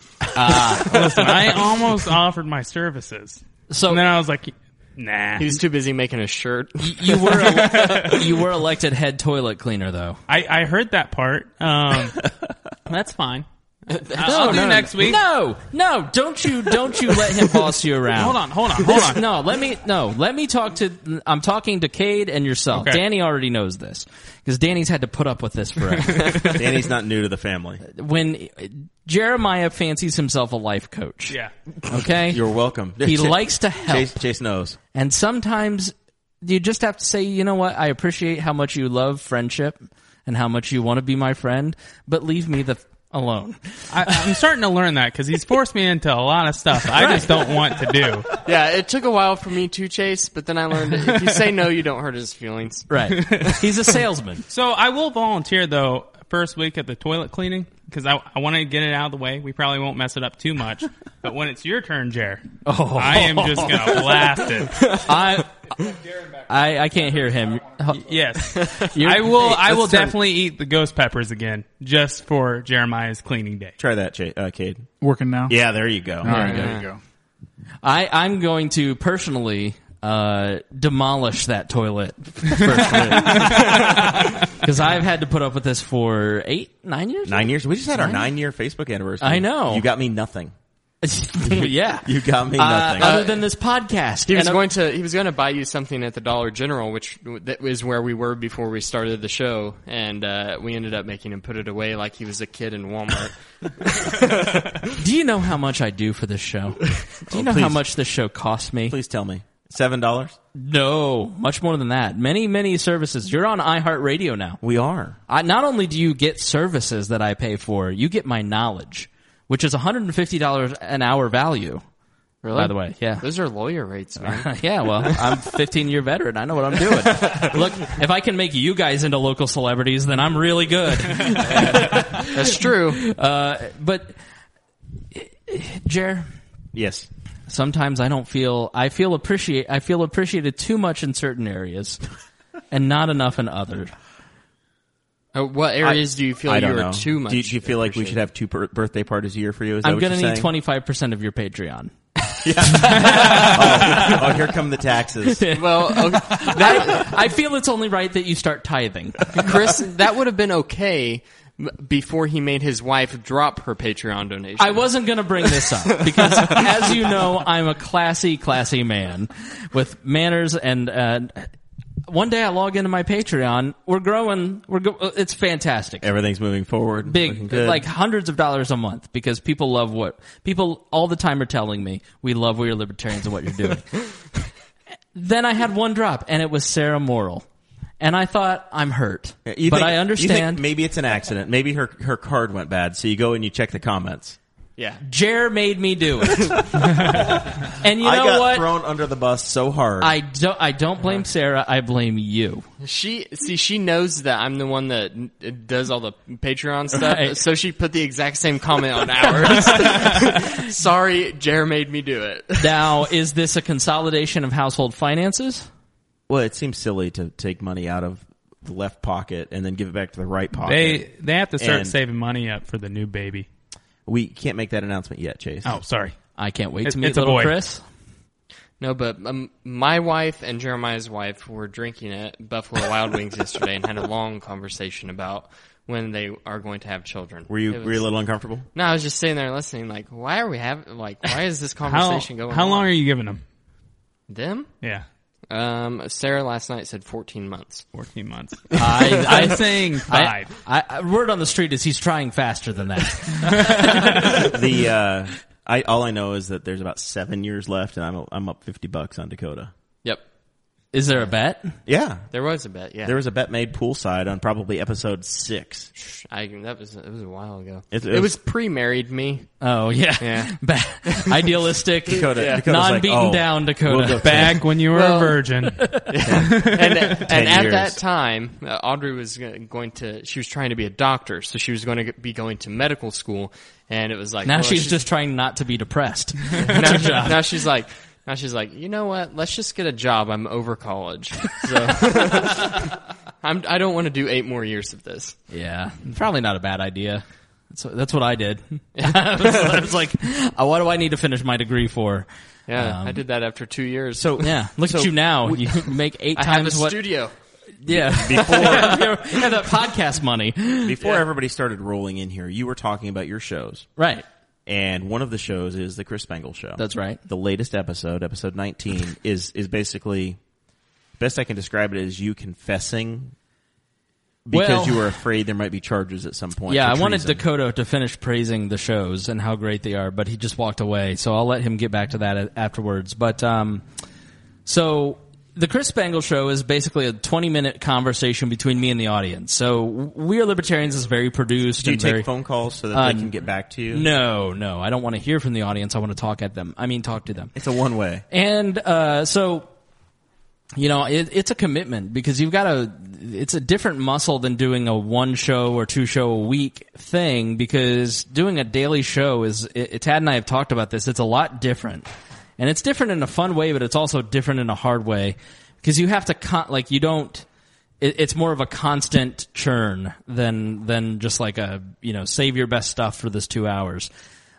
Listen, I almost offered my services. So And then I was like, nah. He was too busy making a shirt. you were ele- you were elected head toilet cleaner though. I, I heard that part. Um, that's fine. I'll do no, next week. No, no, don't you don't you let him boss you around. Hold on, hold on, hold on. No, let me no, let me talk to I'm talking to Cade and yourself. Okay. Danny already knows this because Danny's had to put up with this forever. Danny's not new to the family. when Jeremiah fancies himself a life coach. Yeah. Okay. You're welcome. he likes to help. Chase, Chase knows. And sometimes you just have to say, you know what? I appreciate how much you love friendship and how much you want to be my friend, but leave me the f- alone. I, I'm starting to learn that because he's forced me into a lot of stuff I just don't want to do. yeah, it took a while for me to Chase, but then I learned if you say no, you don't hurt his feelings. Right. He's a salesman. So I will volunteer though first week at the toilet cleaning because I, I want to get it out of the way. We probably won't mess it up too much. But when it's your turn, Jer, Oh. I am just gonna blast it. I I, I can't hear him. Yes, You're- I will. I Let's will turn- definitely eat the ghost peppers again just for Jeremiah's cleaning day. Try that, Chase, uh, Cade. Working now. Yeah, there you go. All right, Yeah. there you go. I I'm going to personally uh, demolish that toilet because I've had to put up with this for eight nine years. Nine years. We just had our nine-year Facebook anniversary. I know. You got me nothing. yeah. You got me Uh, nothing. other than this podcast, He was And, uh, going to he was going to buy you something at the Dollar General, which that was where we were before we started the show, and uh, we ended up making him put it away like he was a kid in Walmart. do you know how much I do for this show? Do you know how Oh, please. much this show costs me? Please tell me. Seven dollars. No, much more than that. Many many services. You're on iHeartRadio now. We are. I, not only do you get services that I pay for, you get my knowledge, which is $150 an hour value. really? By the way, yeah. those are lawyer rates, man. yeah, well, I'm 15 year veteran. I know what I'm doing. Look, if I can make you guys into local celebrities, then I'm really good. Uh, That's true. But, Jer, Yes. sometimes I don't feel I feel appreciate I feel appreciated too much in certain areas, and not enough in others. Uh, what areas do you feel I you don't are know. too much? Do you, do you feel like we should have two bir- birthday parties a year for you? Is that I'm what gonna you're need saying? 25 percent of your Patreon. Oh, here come the taxes. Well, okay, that I feel it's only right that you start tithing. Chris, that would have been okay m- before he made his wife drop her Patreon donation. I wasn't going to bring this up because, as you know, I'm a classy, classy man with manners. And uh, one day I log into my Patreon. We're growing. We're go- uh, it's fantastic. Everything's moving forward. Looking Big, good. like hundreds of dollars a month because people love what people all the time are telling me. We love what you're libertarians and what you're doing. then I had one drop, and it was Sarah Morrill, and I thought I'm hurt, You but think- I you think understand. maybe it's an accident. Maybe her her card went bad. So you go and you check the comments. Yeah. Jer made me do it, and you know I got what? thrown under the bus so hard. I don't. I don't blame Sarah. I blame you. She see she knows that I'm the one that n- does all the Patreon stuff, Right. so she put the exact same comment on ours. Sorry, Jer made me do it. Now, is this a consolidation of household finances? well, it seems silly to take money out of the left pocket and then give it back to the right pocket. They they have to start And- saving money up for the new baby. we can't make that announcement yet, Chase. Oh, sorry. I can't wait It's- to meet it's a little boy. Chris. No, but um, my wife and Jeremiah's wife were drinking at Buffalo Wild Wings yesterday and had a long conversation about when they are going to have children. Were you It was- were you a little uncomfortable? No, I was just sitting there listening. Like, why are we having? Like, why is this How, conversation going? how on? long are you giving them? them? Yeah. Um, Sarah last night said 14 months. 14 months. I, I'm saying I, five. I, I, word on the street is he's trying faster than that. the uh, I all I know is that there's about seven years left, and I'm I'm up fifty bucks on Dakota. Yep. Is there a bet? Yeah, There was a bet. Yeah. there was a bet made poolside on probably episode six. I, that was, it was a while ago. It- It, it was- was pre-married me. Oh yeah, Yeah. Ba- idealistic, Dakota, Dakota's like, non-beaten oh, down Dakota. we'll go Back when you were Well- a virgin. and, and at years. that time, uh, Audrey was go- going to, she was trying to be a doctor, so she was going to be going to medical school, and it was like, now well, she's just trying not to be depressed. now, now she's like, now she's like, you know what? Let's just get a job. I'm over college, so I'm, I don't want to do eight more years of this. yeah, probably not a bad idea. That's what, that's what I did. I, was, I was like, "Uh, what do I need to finish my degree for? Yeah, Um, I did that after two years. So Yeah, look So at you now. you make eight I have a times what. studio. yeah, before yeah, that podcast money, before everybody started rolling in here, you were talking about your shows, right? and one of the shows is the Chris Spangle show. That's right. The latest episode, episode nineteen, is is basically best I can describe it is you confessing because Well- you were afraid there might be charges at some point. Yeah, for I wanted treason. Dakota to finish praising the shows and how great they are, but he just walked away. So I'll let him get back to that a- afterwards. But um, so the Chris Spangle show is basically a 20 minute conversation between me and the audience. So we are libertarians is very produced. Do you and take very, phone calls so that they can get back to you? Um, No, no, I don't want to hear from the audience. I want to talk at them. I mean, talk to them. it's a one way. And uh, so, you know, it, it's a commitment because you've got to. It's a different muscle than doing a one show or two show a week thing because doing a daily show is. It, it- Tad and I have talked about this. It's a lot different, and it's different in a fun way, but it's also different in a hard way because you have to con- like you don't. It, it's more of a constant churn than than just like a you know save your best stuff for this two hours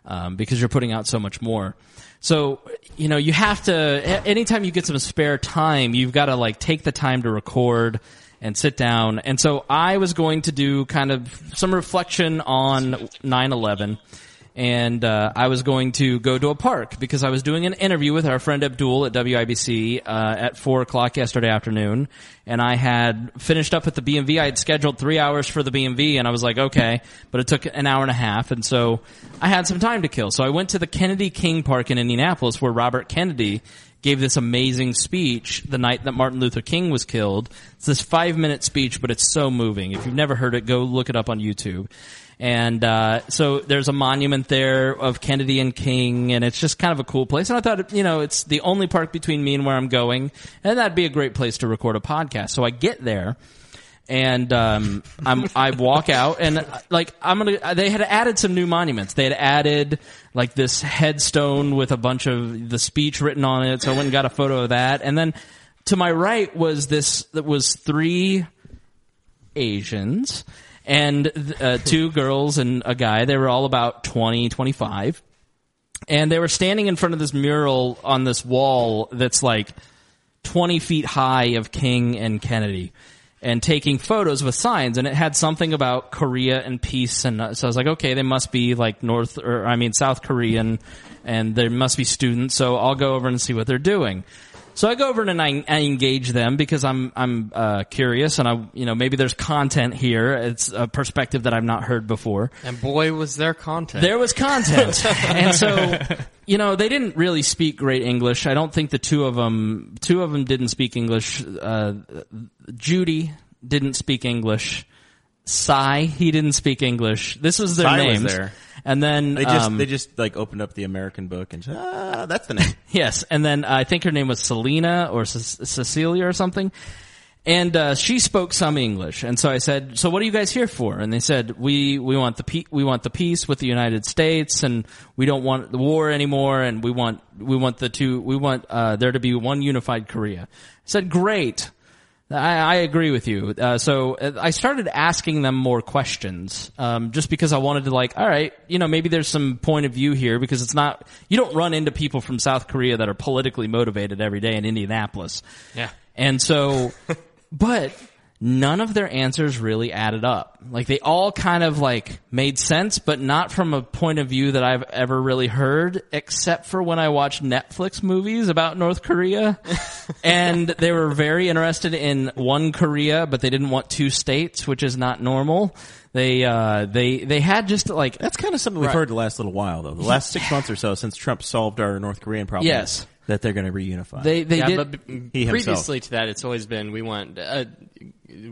um, because you're putting out so much more. So, you know, you have to, a- anytime you get some spare time, you've got to like take the time to record and sit down. And so I was going to do kind of some reflection on 9-11 and uh, I was going to go to a park because I was doing an interview with our friend Abdul at WIBC uh, at four o'clock yesterday afternoon, and I had finished up at the BMV. I had scheduled three hours for the BMV, and I was like, okay, but it took an hour and a half, and so I had some time to kill. So I went to the Kennedy King Park in Indianapolis, where Robert Kennedy gave this amazing speech the night that Martin Luther King was killed. It's this five minute speech, but it's so moving. If you've never heard it, go look it up on YouTube. And uh, so there's a monument there of Kennedy and King, and it's just kind of a cool place. And I thought, you know, it's the only park between me and where I'm going, and that'd be a great place to record a podcast. So I get there, and um, I'm I walk out and uh, like I'm gonna. They had added some new monuments. They had added like this headstone with a bunch of the speech written on it. So I went and got a photo of that. And then to my right was this that was three Asians and uh, two girls and a guy. They were all about 20, 25. And they were standing in front of this mural on this wall that's like 20 feet high of King and Kennedy and taking photos with signs. And it had something about Korea and peace. And uh, so I was like, okay, they must be like North or I mean, South Korean and there must be students. So I'll go over and see what they're doing. So I go over and I, I engage them because I'm I'm uh, curious and I you know maybe there's content here. It's a perspective that I've not heard before. And boy, was there content. There was content, and so you know they didn't really speak great English. I don't think the two of them two of them didn't speak English. Uh, Judy didn't speak English. Cy he didn't speak English. This was their Cy was names. there. And then They just um, they just like opened up the American book and said, ah, that's the name. Yes, and then uh, I think her name was Selena or Ce- Cecilia or something. And uh, she spoke some English, and so I said, "So what are you guys here for?" And they said, "We we want the pe- we want the peace with the United States, and we don't want the war anymore, and we want we want the two we want uh, there to be one unified Korea." I said, "Great." I, I agree with you. Uh, so uh, I started asking them more questions, um, just because I wanted to like, all right, you know, maybe there's some point of view here because it's not, you don't run into people from South Korea that are politically motivated every day in Indianapolis. Yeah. And so, but none of their answers really added up. Like they all kind of like made sense, but not from a point of view that I've ever really heard, except for when I watched Netflix movies about North Korea. and they were very interested in one Korea, but they didn't want two states, which is not normal. They, uh, they, they had just like, That's kind of something we've heard the last little while, though. The last six months or so since Trump solved our North Korean problem. Yes. That they're going to reunify. they, they yeah, did. but b- He himself. previously to that, it's always been we want uh,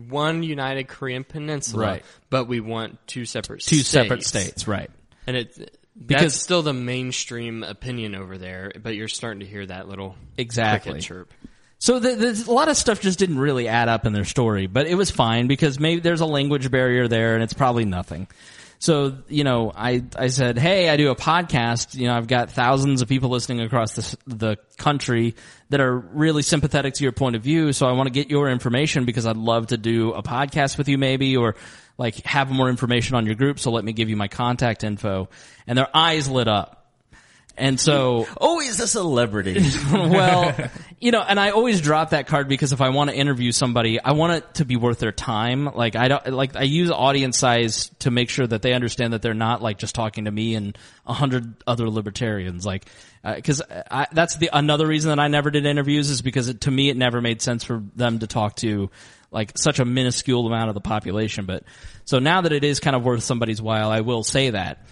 one united Korean peninsula, Right. but we want two separate two states. separate states, right. and it Because- that's still the mainstream opinion over there. But you're starting to hear that little Exactly. cricket chirp. So the, the, a lot of stuff just didn't really add up in their story, but it was fine because maybe there's a language barrier there, and it's probably nothing. So you know, I I said, hey, I do a podcast. You know, I've got thousands of people listening across the s- the country that are really sympathetic to your point of view. So I want to get your information because I'd love to do a podcast with you, maybe or like have more information on your group. So let me give you my contact info, and their eyes lit up. And so oh, he's a celebrity. well, you know, and I always drop that card because if I want to interview somebody, I want it to be worth their time. Like I don't like I use audience size to make sure that they understand that they're not like just talking to me and a hundred other libertarians. Like because I that's the another reason that I never did interviews is because it, to me it never made sense for them to talk to like such a minuscule amount of the population. But so now that it is kind of worth somebody's while, I will say that.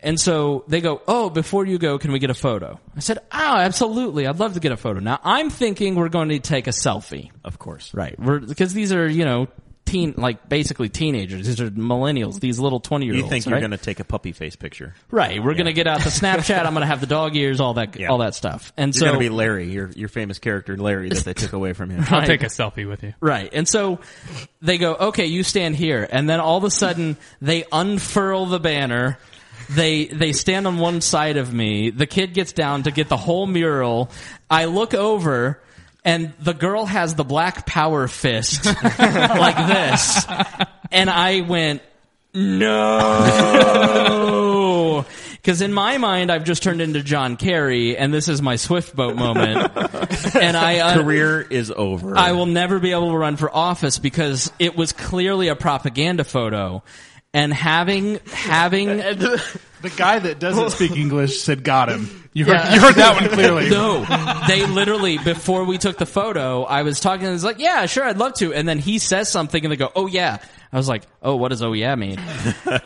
And so they go, Oh, before you go, can we get a photo? I said, Oh, absolutely. I'd love to get a photo. Now I'm thinking we're going to take a selfie. of course. Right. We're, because these are, you know, teen, like basically teenagers. These are millennials, these little 20 year olds. You think you're right? going to take a puppy face picture? Right. We're going to get out the Snapchat. I'm going to have the dog ears, all that, Yeah. all that stuff. And You're so. going to be Larry, your your famous character Larry that they took away from him. I'll take a selfie with you. Right. And so they go, okay, you stand here. And then all of a sudden they unfurl the banner. They, they stand on one side of me. The kid gets down to get the whole mural. I look over and the girl has the black power fist like this. And I went, no. Because oh. in my mind, I've just turned into John Kerry, and this is my swift boat moment. and I uh, Career is over. I will never be able to run for office because it was clearly a propaganda photo. And having having The guy that doesn't speak English said, "Got him." You heard, Yeah. you heard that one clearly. no, they literally before we took the photo, I was talking. and He's like, "Yeah, sure, I'd love to." And then he says something, and they go, "Oh yeah." I was like, "Oh, what does oh yeah mean?"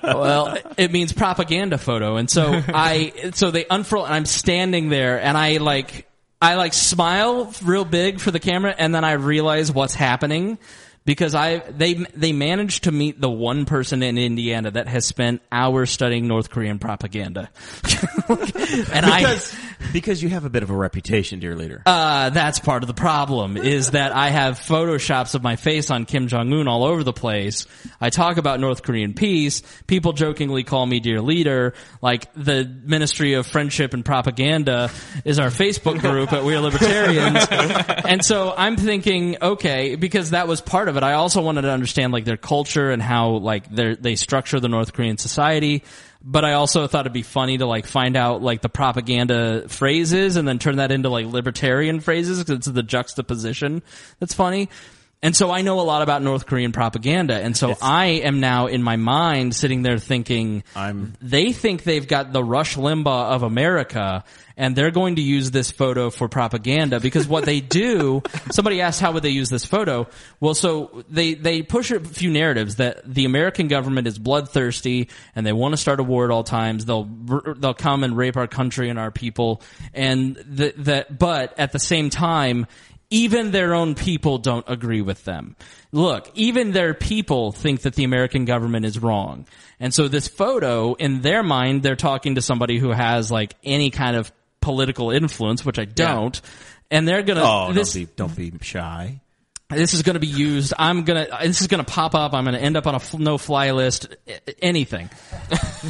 well, it means propaganda photo. And so I, so they unfurl, and I'm standing there, and I like, I like smile real big for the camera, and then I realize what's happening because I they they managed to meet the one person in Indiana that has spent hours studying North Korean propaganda, and I. because, because you have a bit of a reputation, dear leader. Uh, that's part of the problem is that I have photoshops of my face on Kim Jong Un all over the place. I talk about North Korean peace. People jokingly call me dear leader. Like the Ministry of Friendship and Propaganda is our Facebook group at We Are Libertarians. and so I'm thinking, okay, because that was part of it. I also wanted to understand like their culture and how like they they structure the North Korean society but I also thought it'd be funny to like find out like the propaganda phrases and then turn that into like libertarian phrases because it's the juxtaposition that's funny. And so I know a lot about North Korean propaganda, and so I am now in my mind sitting there thinking, I'm- they think they've got the Rush Limbaugh of America, and they're going to use this photo for propaganda because what they do, somebody asked how would they use this photo? Well, so they, they push a few narratives that the American government is bloodthirsty and they want to start a war at all times. They'll, r- they'll come and rape our country and our people. And th that, but at the same time, even their own people don't agree with them. Look, even their people think that the American government is wrong. And so this photo, in their mind, they're talking to somebody who has like any kind of political influence, which I don't. And they're gonna, oh, this, don't be don't be shy. this is going to be used. I'm going to, this is going to pop up. I'm going to end up on a f- no fly list, I- anything.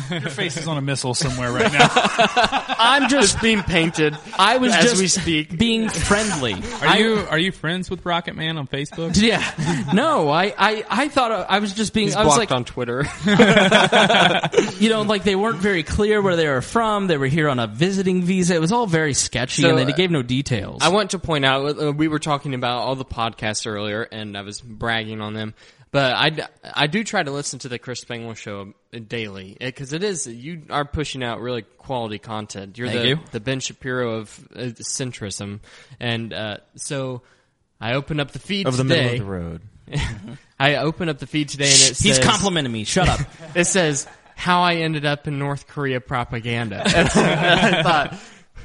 Your face is on a missile somewhere right now. I'm just, being painted. I was as just we speak. being friendly. Are you are you friends with Rocket Man on Facebook? Yeah. No, I, I, I thought uh, I I was just being, He's I was blocked like, on Twitter. you know, like they weren't very clear where they were from. They were here on a visiting visa. It was all very sketchy So, and they uh, gave no details. I want to point out uh, we were talking about all the podcasts earlier, and I was bragging on them. But I, d- I do try to listen to the Chris Spangle show uh, daily because it is you are pushing out really quality content. You're Thank the you. the Ben Shapiro of uh, centrism, and uh, so I open up the feed Of the today. middle of the road. I open up the feed today, and it He's says complimenting me. Shut up. it says how I ended up in North Korea propaganda. And I thought,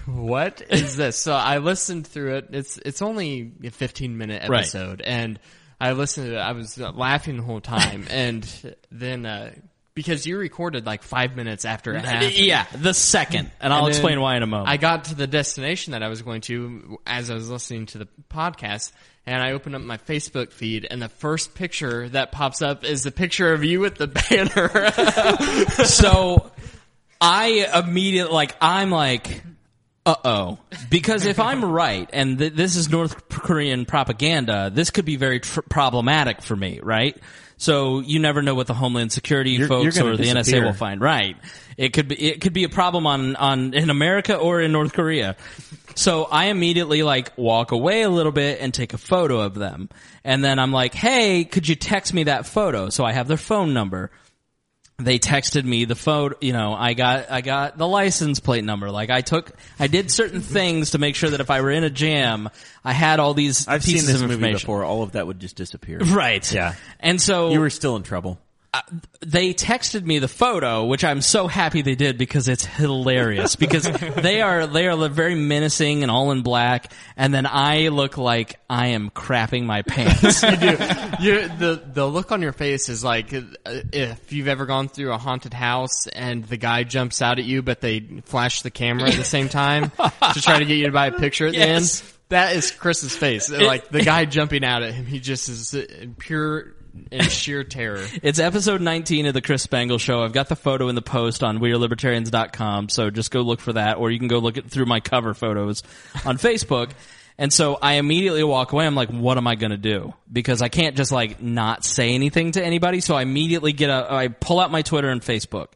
what is this? So I listened through it. It's it's only a 15 minute Right. episode, and I listened to it. I was uh, laughing the whole time, and then uh, because you recorded like five minutes after it happened. yeah, the second. And I'll And then explain why in a moment. I got to the destination that I was going to as I was listening to the podcast, and I opened up my Facebook feed, and the first picture that pops up is the picture of you with the banner. so I immediately like I'm like uh oh because if I'm right and th- this is North Korean propaganda this could be very tr- problematic for me right so you never know what the Homeland Security you're folks gonna or the NSA disappear. will find right it could be it could be a problem on on in America or in North Korea so I immediately like walk away a little bit and take a photo of them and then I'm like hey could you text me that photo so I have their phone number they texted me the photo you know i got i got the license plate number like i took i did certain Mm-hmm. things to make sure that if i were in a jam i had all these I've seen pieces this of movie information before. All of that would just disappear. right Yeah. and so You were still in trouble. they texted me the photo, which I'm so happy they did because it's hilarious. because they are they are very menacing and all in black, and then I look like I am crapping my pants. you the the look on your face is like uh, if you've ever gone through a haunted house and the guy jumps out at you, but they flash the camera at the same time to try to get you to buy a picture at Yes. the end. That is Chris's face. like the guy jumping out at him, he just is uh, in pure and sheer terror. It's episode 19 of the Chris Spangle Show. I've got the photo in the post on WeAreLibertarians.com, so just go look for that, or you can go look it through my cover photos on Facebook. And so I immediately walk away. I'm like, what am I going to do? Because I can't just like not say anything to anybody. So I immediately get a, I pull out my Twitter and Facebook.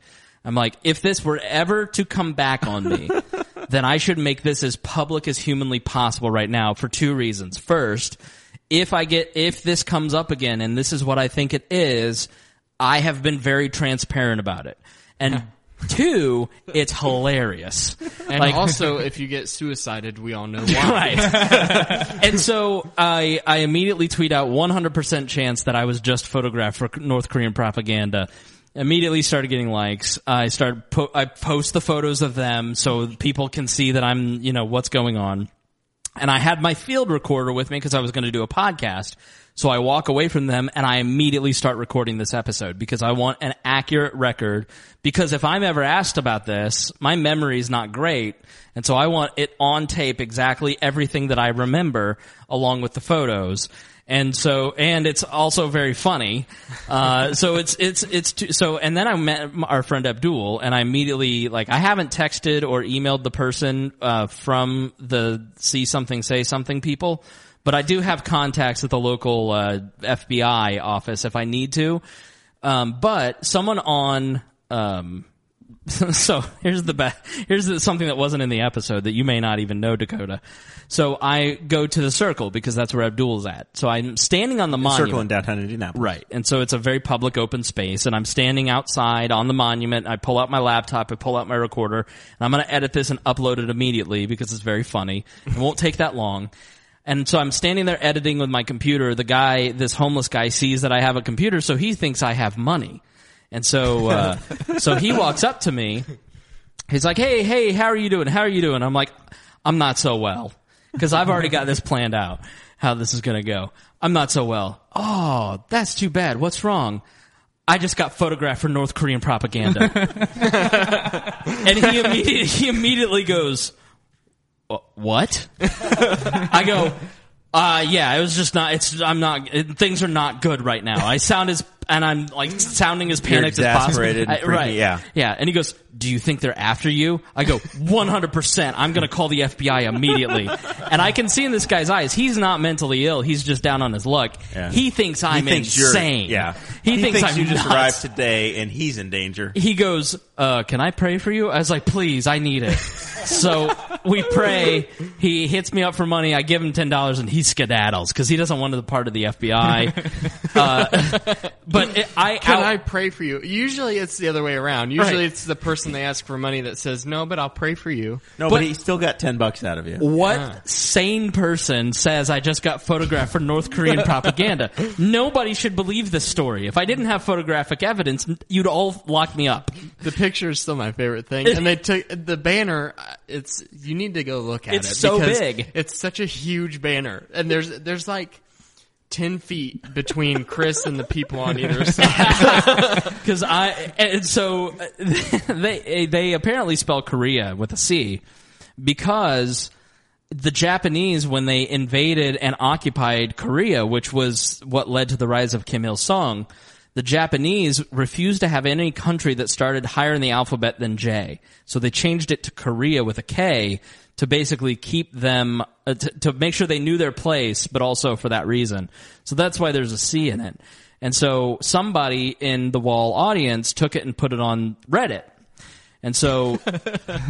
I'm like, if this were ever to come back on me, then I should make this as public as humanly possible right now for two reasons. First, if I get if this comes up again and this is what I think it is, I have been very transparent about it. And two, it's hilarious. And Like- also, if you get suicided, we all know why. Right. and so I I immediately tweet out 100% chance that I was just photographed for North Korean propaganda. Immediately started getting likes. I started po- I post the photos of them so people can see that I'm, you know, what's going on. And I had my field recorder with me because I was going to do a podcast. So I walk away from them and I immediately start recording this episode because I want an accurate record. Because if I'm ever asked about this, my memory is not great. And so I want it on tape exactly everything that I remember along with the photos. And so, and it's also very funny. Uh, so it's, it's, it's, too, so, and then I met m- our friend Abdul and I immediately, like, I haven't texted or emailed the person, uh, from the see something, say something people, but I do have contacts at the local, uh, FBI office if I need to. Um, but someone on, um, so here's the best. Here's the, something that wasn't in the episode that you may not even know, Dakota. So I go to the circle because that's where Abdul's at. So I'm standing on the monument. Circle in downtown Indianapolis. Right. And so it's a very public open space and I'm standing outside on the monument. I pull out my laptop. I pull out my recorder and I'm going to edit this and upload it immediately because it's very funny. It won't take that long. And so I'm standing there editing with my computer. The guy, this homeless guy sees that I have a computer. So he thinks I have money. And so, uh, so he walks up to me He's like, "Hey, hey, how are you doing? How are you doing?" I'm like, "I'm not so well because I've already got this planned out how this is going to go. I'm not so well. Oh, that's too bad. What's wrong?" I just got photographed for North Korean propaganda, and he immediately he immediately goes, "Wha- "What?" I go, Uh, yeah, it was just not. It's I'm not. It, things are not good right now. I sound as and I'm like sounding as panicked as possible. exasperated and I- freaking- right? yeah. yeah. And he goes, "Do you think they're after you?" I go, "100. percent I'm going to call the FBI immediately." and I can see in this guy's eyes, he's not mentally ill. He's just down on his luck. Yeah. He thinks I'm thinks you're- insane. yeah. He, thinks, I'm you just nuts. arrived today and he's in danger. He goes, uh, "Can I pray for you?" I was like, "Please, I need it." so we pray. He hits me up for money. I give him ten dollars, and he skedaddles because he doesn't want to be part of the FBI. uh, but it, I Can out- I pray for you? Usually it's the other way around. Usually Right. it's the person they ask for money that says, no, but I'll pray for you. No, but, But- he still got ten bucks out of you. What sane person says I just got photographed for North Korean propaganda? Nobody should believe this story. If I didn't have photographic evidence, you'd all lock me up. The picture is still my favorite thing. And they took the banner. uh, It's you need to go look at It's it. so because big. It's such a huge banner, and there's there's like ten feet between Chris and the people on either side. Because I and so uh, they they apparently spell Korea with a C because the Japanese when they invaded and occupied Korea, which was what led to the rise of Kim Il Sung, the Japanese refused to have any country that started higher in the alphabet than J, so they changed it to Korea with a K to basically keep them uh, to, to make sure they knew their place, but also for that reason. So that's why there's a C in it. And so somebody in the wall audience took it and put it on Reddit. And so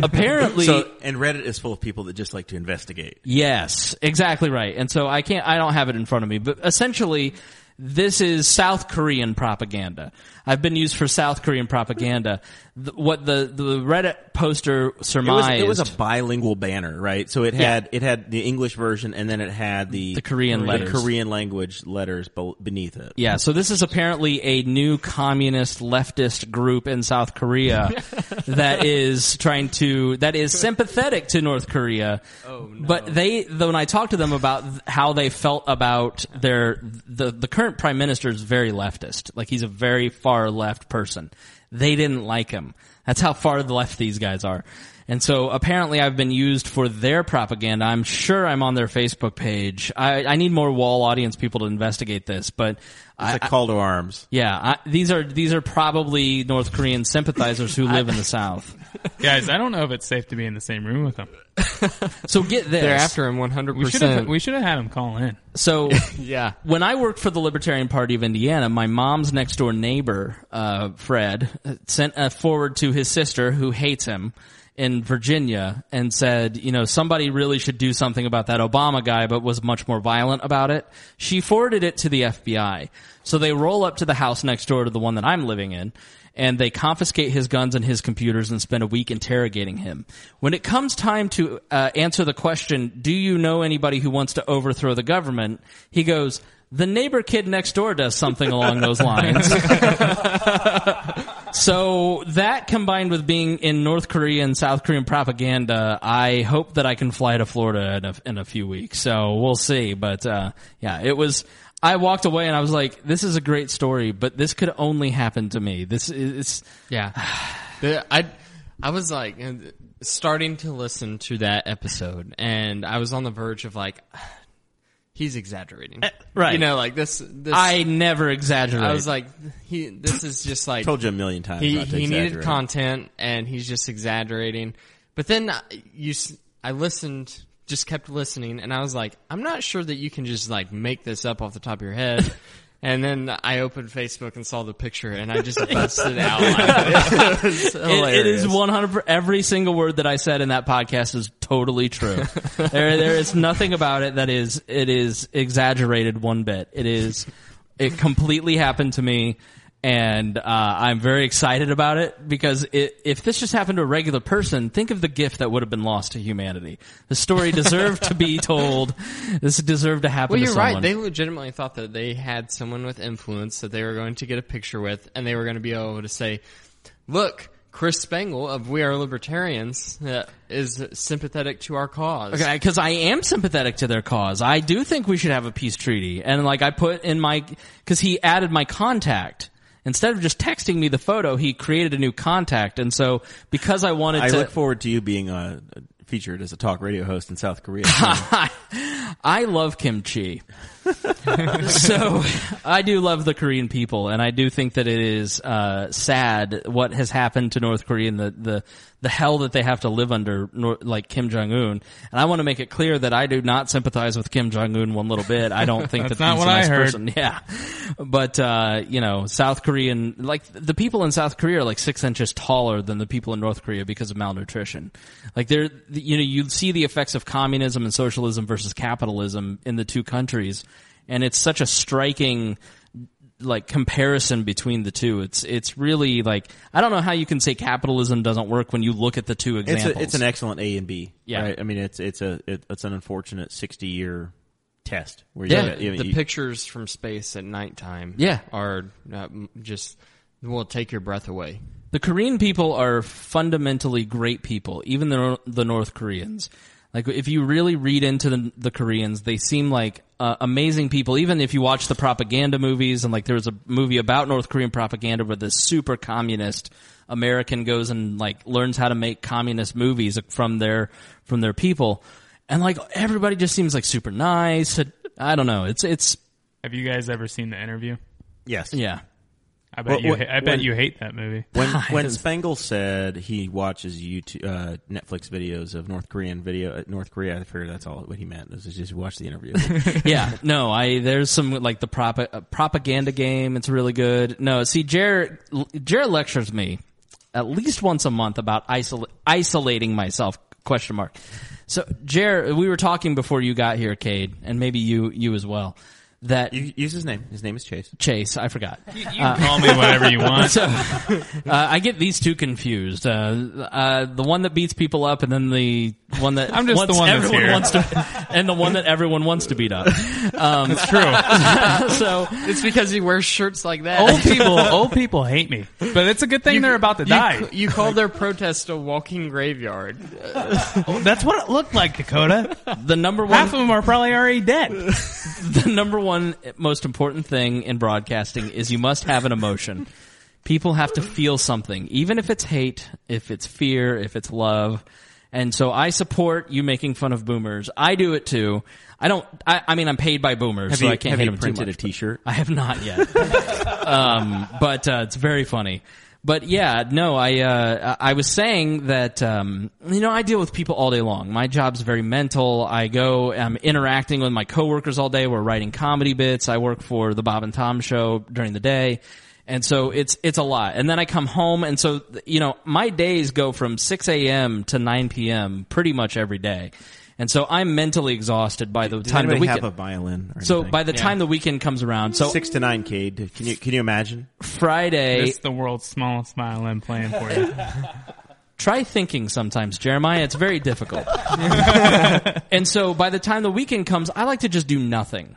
apparently So and Reddit is full of people that just like to investigate. Yes, exactly right. And so I can't, I don't have it in front of me, but essentially, this is South Korean propaganda. I've been used for South Korean propaganda. Th- what the, the Reddit poster It was, surmised. it was a bilingual banner, right? So it had it had the English version, and then it had the The Korean letters. Korean language letters bel- beneath it. Yeah, so this is apparently a new communist leftist group in South Korea that is trying to that is sympathetic to North Korea. Oh no. But they though when I talked to them about th- how they felt about their the the current prime minister is very leftist. Like he's a very far left person. They didn't like him. That's how far left these guys are. And so apparently I've been used for their propaganda. I'm sure I'm on their Facebook page. I, I need more wall audience people to investigate this, but I, It's a call to arms. yeah, I, these are these are probably North Korean sympathizers who live in the South. Guys, I don't know if it's safe to be in the same room with them. So get this. They're after him one hundred We should have percent. we should have had them call in. So Yeah. when I worked for the Libertarian Party of Indiana, my mom's next door neighbor, uh, Fred, sent a forward to his sister who hates him in Virginia and said, you know, somebody really should do something about that Obama guy, but was much more violent about it. She forwarded it to the FBI. So they roll up to the house next door to the one that I'm living in and they confiscate his guns and his computers and spend a week interrogating him. When it comes time to uh, answer the question, do you know anybody who wants to overthrow the government? He goes, the neighbor kid next door does something along those lines. so that combined with being in North Korea and South Korean propaganda, I hope that I can fly to Florida in a, in a few weeks. So we'll see. But uh, yeah, it was. I walked away and I was like, "This is a great story, but this could only happen to me. This is Yeah. The- I I was like uh, starting to listen to that episode and I was on the verge of like he's exaggerating. Eh, right. You know, like this this I never exaggerate. I was like he this is just like Told you a million times. he not to he needed exaggerate. content and he's just exaggerating. But then I- you s- I listened just kept listening and I was like I'm not sure that you can just like make this up off the top of your head. And then I opened Facebook and saw the picture, and I just busted out. laughing. It It- was it is hilarious. 100 every single word that I said in that podcast is totally true. there there is nothing about it that is it is exaggerated one bit. It is it completely happened to me and uh, I'm very excited about it because it, if this just happened to a regular person, think of the gift that would have been lost to humanity. The story deserved to be told. This deserved to happen Well, to you're someone. right. They legitimately thought that they had someone with influence that they were going to get a picture with, and they were going to be able to say, "Look, Chris Spangle of We Are Libertarians uh, is sympathetic to our cause." Okay, because I am sympathetic to their cause. I do think we should have a peace treaty, and like I put in my because he added my contact instead of just texting me the photo, he created a new contact, and so because I wanted I to, look forward to you being uh, featured as a talk radio host in South Korea. I, I love kimchi. so I do love the Korean people, and I do think that it is uh, sad what has happened to North Korea and the the, the hell that they have to live under, nor- like Kim Jong Un. And I want to make it clear that I do not sympathize with Kim Jong Un one little bit. I don't think that That's not he's what a I nice heard. person. Yeah, but uh, you know, South Korean like the people in South Korea are like six inches taller than the people in North Korea because of malnutrition. Like they're you know you see the effects of communism and socialism versus capitalism in the two countries, and it's such a striking like comparison between the two. It's it's really like I don't know how you can say capitalism doesn't work when you look at the two It's, examples. a, it's an excellent A and B. Yeah. right? I mean it's it's a it, it's an unfortunate sixty year test where you, Yeah, you- the you- pictures from space at nighttime. Yeah. are uh, m- just will take your breath away. The Korean people are fundamentally great people, even the the North Koreans. Like if you really read into the, the Koreans, they seem like uh, amazing people. Even if you watch the propaganda movies, and like there was a movie about North Korean propaganda where this super communist American goes and like learns how to make communist movies from their from their people, and like everybody just seems like super nice. I don't know. It's it's Have you guys ever seen the interview? yes yeah. I bet Well, you. when- ha- I bet when- you hate that movie. When when Spangle said he watches YouTube uh, Netflix videos of North Korean video uh, North Korea, I figured that's all what he meant. Is just watch the interview. yeah, no, I there's some like the prop, uh, propaganda game. It's really good. No, see, Jared Jared lectures me at least once a month about isol- isolating myself. Question mark. So, Jared, we were talking before you got here, Cade, and maybe you you as well. That you, use his name. His name is Chase. Chase, I forgot. You can call me whatever you want. So uh, I get these two confused. Uh, uh, the one that beats people up, and then the one that I'm just wants- the one that's everyone here. wants to, and the one that everyone wants to beat up. Um, It's true. so It's because he wears shirts like that. old people, old people hate me, but it's a good thing Oh, they're about to you, die. You call their protest a walking graveyard. oh, That's what it looked like, Dakota. the number one Half of them are probably already dead. the number one most important thing in broadcasting is you must have an emotion. People have to feel something, even if it's hate, if it's fear, if it's love. And so I support you making fun of boomers. I do it too. I don't. I, I mean, I'm paid by boomers, so you- I can't have hate you them too printed much, a T-shirt? but I have not yet, um, but uh, it's very funny. But yeah, no, I uh, I was saying that um, you know I deal with people all day long. My job's very mental. I go, I'm interacting with my coworkers all day. We're writing comedy bits. I work for the Bob and Tom show during the day, and so it's it's a lot. And then I come home, and so you know my days go from 6 a.m. to 9 p.m. pretty much every day, and so I'm mentally exhausted by the Does time the anybody weekend. have a violin? Or so anything? by the time the weekend comes around, so six to nine, Cade. Can you can you imagine? Friday, It's the world's smallest violin playing for you. try thinking sometimes, Jeremiah. It's very difficult. and so by the time the weekend comes, I like to just do nothing.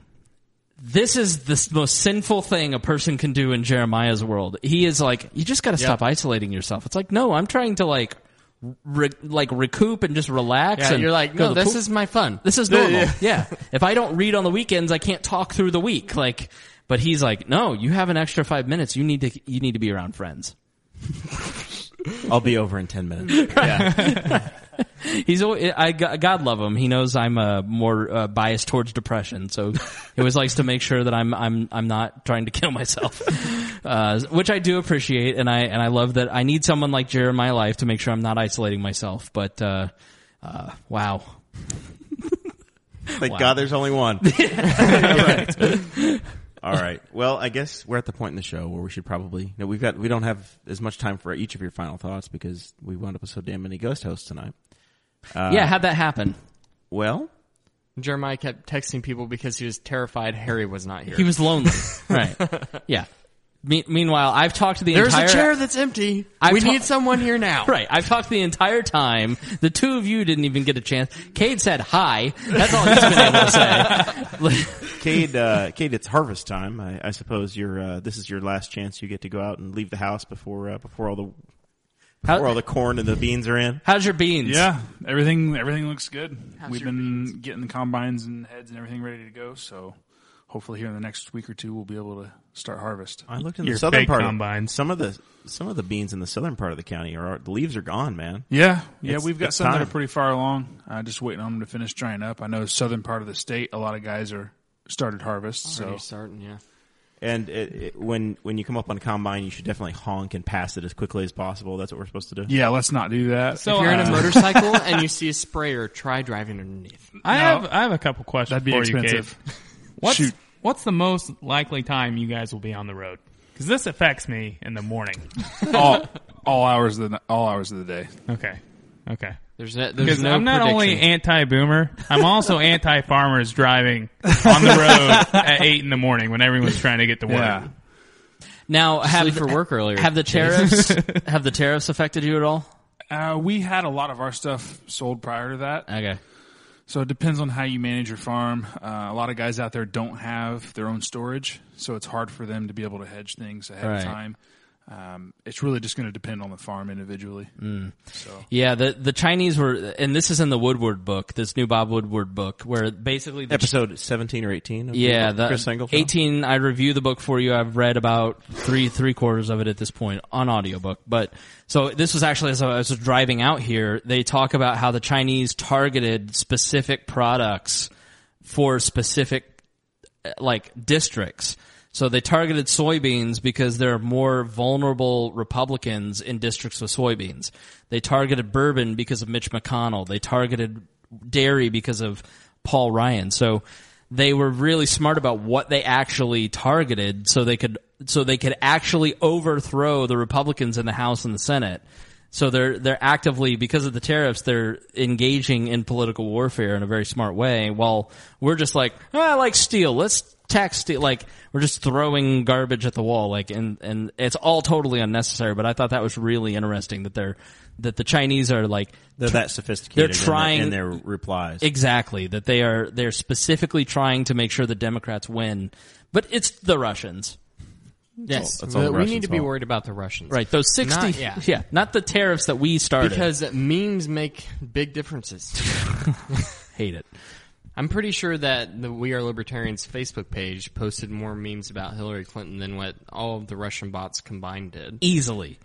This is the s- most sinful thing a person can do in Jeremiah's world. He is like, you just got to stop isolating yourself. It's like, no, I'm trying to like, re- like recoup and just relax. Yeah, and you're like, go no, to the this pool." is my fun. This is normal. Yeah. If I don't read on the weekends, I can't talk through the week. Like, but he's like, no, you have an extra five minutes. You need to, you need to be around friends. I'll be over in ten minutes. He's always, I God love him. He knows I'm uh, more uh, biased towards depression, so he always likes to make sure that I'm I'm I'm not trying to kill myself, uh, which I do appreciate, and I and I love that. I need someone like Jer in my life to make sure I'm not isolating myself. But uh, uh, wow, Thank God, there's only one. All right. Well, I guess we're at the point in the show where we should probably. No, we've got. We don't have as much time for each of your final thoughts because we wound up with so damn many ghost hosts tonight. Uh, yeah, how'd that happen? Well, Jeremiah kept texting people because he was terrified Harry was not here. He was lonely, right? Yeah. Me- meanwhile, I've talked to the There's entire a chair that's empty. I've we ta- need someone here now. Right. I've talked the entire time. The two of you didn't even get a chance. Cade said hi. That's all he's been able to say. Cade, uh, Cade, it's harvest time. I, I suppose your uh, this is your last chance. You get to go out and leave the house before uh, before all the How- before all the corn and the beans are in. How's your beans? Yeah, everything everything looks good. We've your been getting the combines and heads and everything ready to go, so hopefully here in the next week or two we'll be able to start harvest. I looked in the Your southern fake part. combine. Of, some of the some of the beans in the southern part of the county are the leaves are gone, man. Yeah, yeah, It's- we've got it's some that are time. pretty far along. i just waiting on them to finish drying up. I know southern part of the state, a lot of guys are started Oh, harvest. So You're starting, yeah. And it, it, when when you come up on combine, you should definitely honk and pass it as quickly as possible. That's what we're supposed to do. yeah, let's not do that. So If If you're you're in on a a Uh, motorcycle and you see a sprayer, try driving underneath. I have I have a couple questions that'd be for expensive. you, Gabe. What's Shoot. what's the most likely time you guys will be on the road? Because this affects me in the morning. all, all hours of the all hours of the day. Okay, okay. There's no, there's Because no I'm not only prediction. anti-boomer, I'm also anti-farmers driving on the road at eight in the morning when everyone's trying to get to work. Yeah, Now have leave for work earlier. Have the tariffs have the tariffs affected you at all? uh, we had a lot of our stuff sold prior to that. Okay. So it depends on how you manage your farm. Uh, a lot of guys out there don't have their own storage, so it's hard for them to be able to hedge things ahead Right. of time. Um, it's really just going to depend on the farm individually. Yeah, the the Chinese were and this is in the Woodward book, this new Bob Woodward book where basically the Episode seventeen or eighteen. Of Yeah, the, the Chris Engel. 18 I review the book for you. I've read about 3 3 quarters of it at this point on audiobook. But so this was actually as I was driving out here, they talk about how the Chinese targeted specific products for specific uh, like districts. So they targeted soybeans because there are more vulnerable Republicans in districts with soybeans. They targeted bourbon because of Mitch McConnell. They targeted dairy because of Paul Ryan. So they were really smart about what they actually targeted so they could so they could actually overthrow the Republicans in the House and the Senate. So they're they're actively because of the tariffs they're engaging in political warfare in a very smart way. While we're just like, "Ah, I like steel, let's tax steel. Like we're just throwing garbage at the wall. Like and and it's all totally unnecessary. But I thought that was really interesting that they're that the Chinese are like They're that sophisticated. They're trying- in their, in their replies. Exactly. That they are they're specifically trying to make sure the Democrats win. But it's the Russians. yes, that's all the we Russians' need to be fault. worried about the Russians, Right. Those sixty Not- yeah. Not the tariffs that we started. Because memes make big differences. hate it. I'm pretty sure that the We Are Libertarians Facebook page posted more memes about Hillary Clinton than what all of the Russian bots combined did. Easily.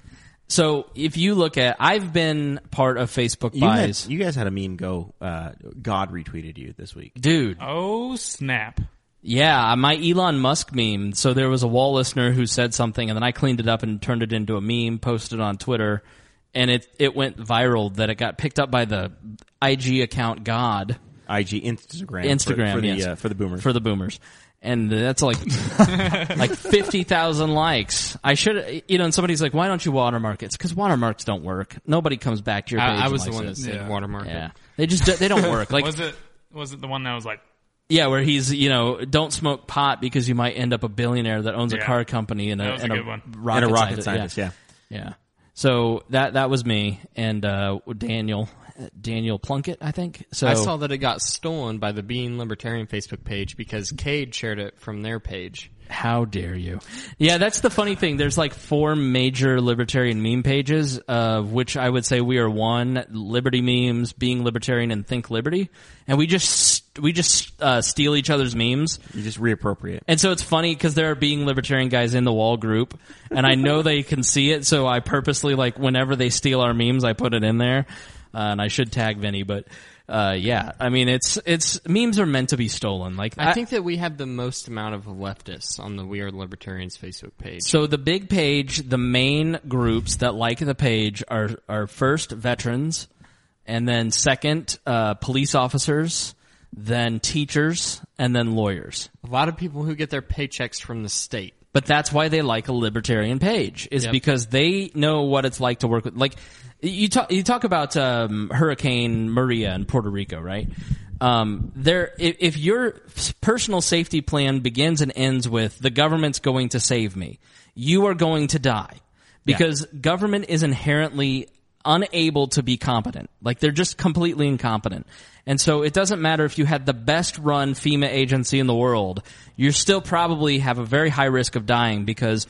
So if you look at I've been part of Facebook You, had- buys. you guys had a meme go. Uh, God retweeted you this week. Dude, Oh snap! yeah, uh, my Elon Musk meme. So there was a wall listener who said something, and then I cleaned it up and turned it into a meme, posted it on Twitter, and it it went viral. That it got picked up by the IG account God, IG Instagram. Instagram for, for the yes. uh, for the boomers. for the boomers, and that's like like fifty thousand likes. I should you know, and somebody's like, why don't you watermark it? It's because watermarks don't work. Nobody comes back to your page. I, I and was the likes one it. that said Yeah. watermark. it. yeah, they just they don't work. Like Was it was it the one that was like yeah, where he's you know don't smoke pot because you might end up a billionaire that owns a Yeah. car company and a, That was a and good one. rocket and a rocket scientist. scientist. Yeah. yeah. yeah. So that that was me and uh, Daniel Daniel Plunkett, I think. So I saw that it got stolen by the Being Libertarian Facebook page because Cade shared it from their page. How dare you? Yeah, that's the funny thing. There's like four major libertarian meme pages, of which I would say we are one: Liberty memes, Being Libertarian, and Think Liberty. And we just we just uh, steal each other's memes. You just reappropriate. And so it's funny because there are being libertarian guys in the wall group, and I know they can see it. So I purposely like whenever they steal our memes, I put it in there, uh, and I should tag Vinny. But uh, yeah, I mean it's it's memes are meant to be stolen. Like I, think that we have the most amount of leftists on the We Are Libertarians Facebook page. So the big page, the main groups that like the page are are first veterans, and then second uh, police officers, then teachers, and then lawyers. a lot of people who get their paychecks from the state. But that's why they like a libertarian page is Yep. because they know what it's like to work with. Like you talk, you talk about um, Hurricane Maria in Puerto Rico, right? Um, there, if, if your personal safety plan begins and ends with the government's going to save me, you are going to die because government is inherently unable to be competent. Like they're just completely incompetent. And so it doesn't matter if you had the best run FEMA agency in the world, you still probably have a very high risk of dying because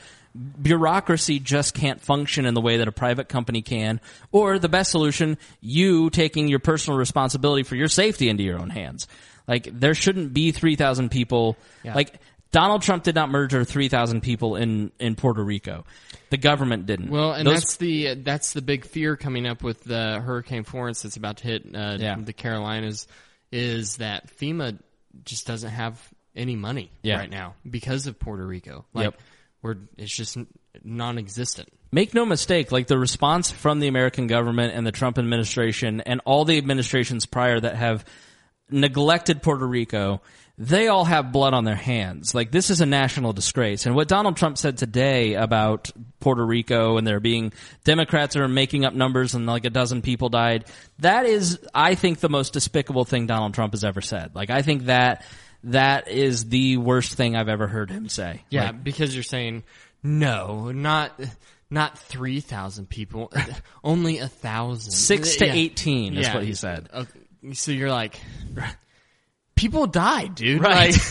bureaucracy just can't function in the way that a private company can. Or the best solution, you taking your personal responsibility for your safety into your own hands. Like there shouldn't be 3,000 people. Like Donald Trump did not murder 3,000 people in in Puerto Rico. The government didn't. Well, and Those- that's the that's the big fear coming up with the Hurricane Florence that's about to hit uh, Yeah. the Carolinas is that FEMA just doesn't have any money Yeah. right now because of Puerto Rico. Like Yep. we're it's just n- non-existent. make no mistake, like the response from the American government and the Trump administration and all the administrations prior that have neglected Puerto Rico, they all have blood on their hands. Like this is a national disgrace. And what Donald Trump said today about Puerto Rico and there being Democrats are making up numbers and like a dozen people died, that is I think the most despicable thing Donald Trump has ever said. Like I think that that is the worst thing I've ever heard him say. Yeah, because you're saying no, not not three thousand people, only a thousand, Six to Yeah. eighteen is Yeah. what he said. Okay, So you're like, people die, dude. Right. Like,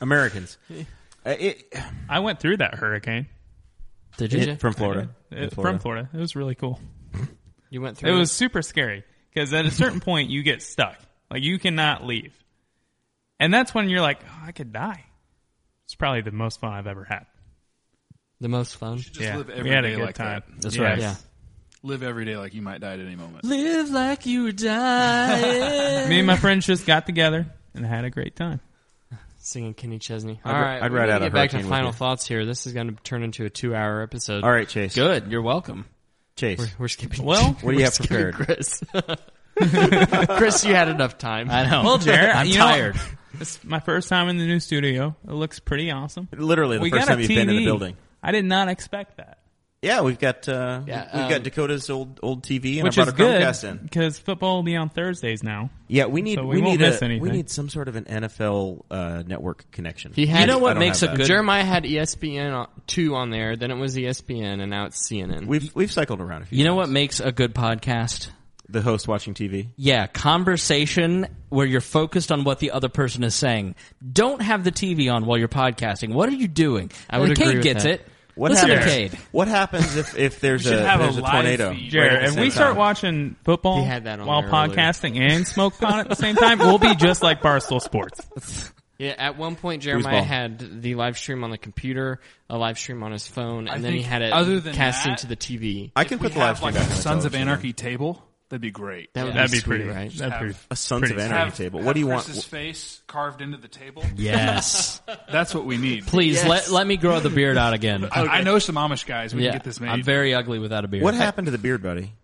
Americans. Uh, it- I went through that hurricane Did you? from Florida. It- from Florida. It was really cool. you went It through. was super scary because at a certain point you get stuck. Like you cannot leave. And that's when you're like, oh, I could die. It's probably the most fun I've ever had. the most fun. Just yeah. live we every had a day good like time. that. That's right. Yeah. Live every day like you might die at any moment. Live like you die. Me and my friends just got together and had a great time. singing Kenny Chesney. I'd All ra- right, I'd we ride gotta out a get back to hurricane with final you. thoughts here. This is going to turn into a two-hour episode. All right, Chase. Good. You're welcome. Chase. we're, we're skipping. Well, what do you have skipping prepared? Chris. Chris, you had enough time. I know. Well, Jared, I'm you know- tired. it's my first time in the new studio. It looks pretty awesome. Literally the we first got a time TV. you've been in a building. I did not expect that, Yeah, we've got uh, Yeah, we've um, got Dakota's old old TV, and which I brought is a good Chromecast in. because football will be on Thursdays now. Yeah, we need So we we, won't need miss a, we anything. need some sort of an NFL uh, network connection. He had. You know I what don't makes a have that. good Jeremiah had E ESPN on- two on there. Then it was E ESPN, and now it's CNN. We've we've cycled around a few. You know what times. makes a good podcast? The host watching TV. Yeah, conversation where you're focused on what the other person is saying. Don't have the TV on while you're podcasting. What are you doing? I would And Cade agree with gets that. it. What Listen happens? to Cade. What happens if if there's should a have a there's a, live tornado? feed. Jared, right at the if same we start time? watching football He had that on while there earlier. podcasting and smoke pot at the same time, we'll be just like Barstool Sports. Yeah, at one point Jeremiah ball? had the live stream on the computer, a live stream on his phone, and then he think had it other than cast that- into the TV. I can we put the live have stream like back. a on the Sons of television. Anarchy table. That'd be great. That would That'd be sweet, pretty. right? That'd be have- A Sons pretty of sweet. Anarchy table. What do you want? Chris's face carved into the table. Yes. That's what we need. Please Yes. let let me grow the beard out again. I, I know some Amish guys. We yeah, can get this made. I'm very ugly without a beard. What happened to the beard, buddy?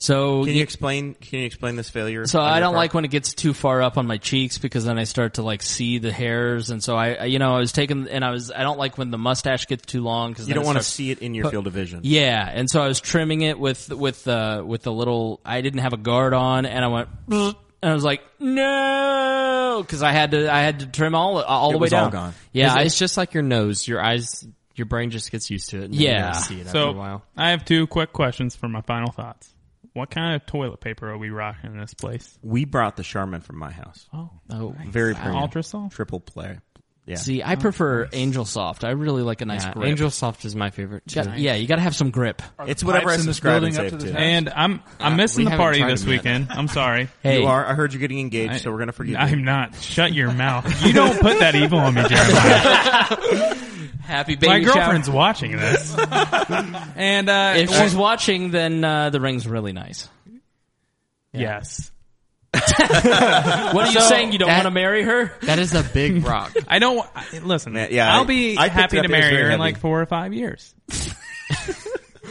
So Can you- you explain? Can you explain this failure? So on I your don't part? like when it gets too far up on my cheeks because then I start to like see the hairs, and so I, I- you know, I was taking, and I was, I don't like when the mustache gets too long because You don't want to to see it in your field of vision. Yeah, and so I was trimming it with with the with the little. I didn't have a guard on, and I went, "Bzz," and I was like, no, because I had to, I had to trim all all the It way was all down. gone. Yeah, it's, I, it's just like your nose. Your eyes, your brain just gets used to it. And then Yeah. You don't see it after a So while. I have two quick questions for my final thoughts. What kind of toilet paper are we rocking in this place? We brought the Charmin from my house. Oh, oh, Very premium. Ultrasol? Triple play. Yeah. see, I Oh, prefer Angel Soft. I really like a nice Yeah, grip. Angel Soft is my favorite. Too. Got- yeah, you got to have some grip. Are the it's whatever I pipes in this subscribe and building up save to to. the test? And I'm I'm Uh, we missing the haven't party tried this them yet. weekend. I'm sorry. Hey, You are. I heard you're getting engaged, I- so we're gonna forgive you. I'm not. Shut your mouth. You don't put that evil on me, Jeremiah. happy baby My shower. girlfriend's watching this. and uh, If she's watching, then uh, the ring's really nice. yes, What are you saying? You don't that- want to marry her? That is a big rock. I don't. wa- I- Listen, Yeah, yeah, I'll I- be I picked happy it to up. It was marry very her in heavy. like four or five years.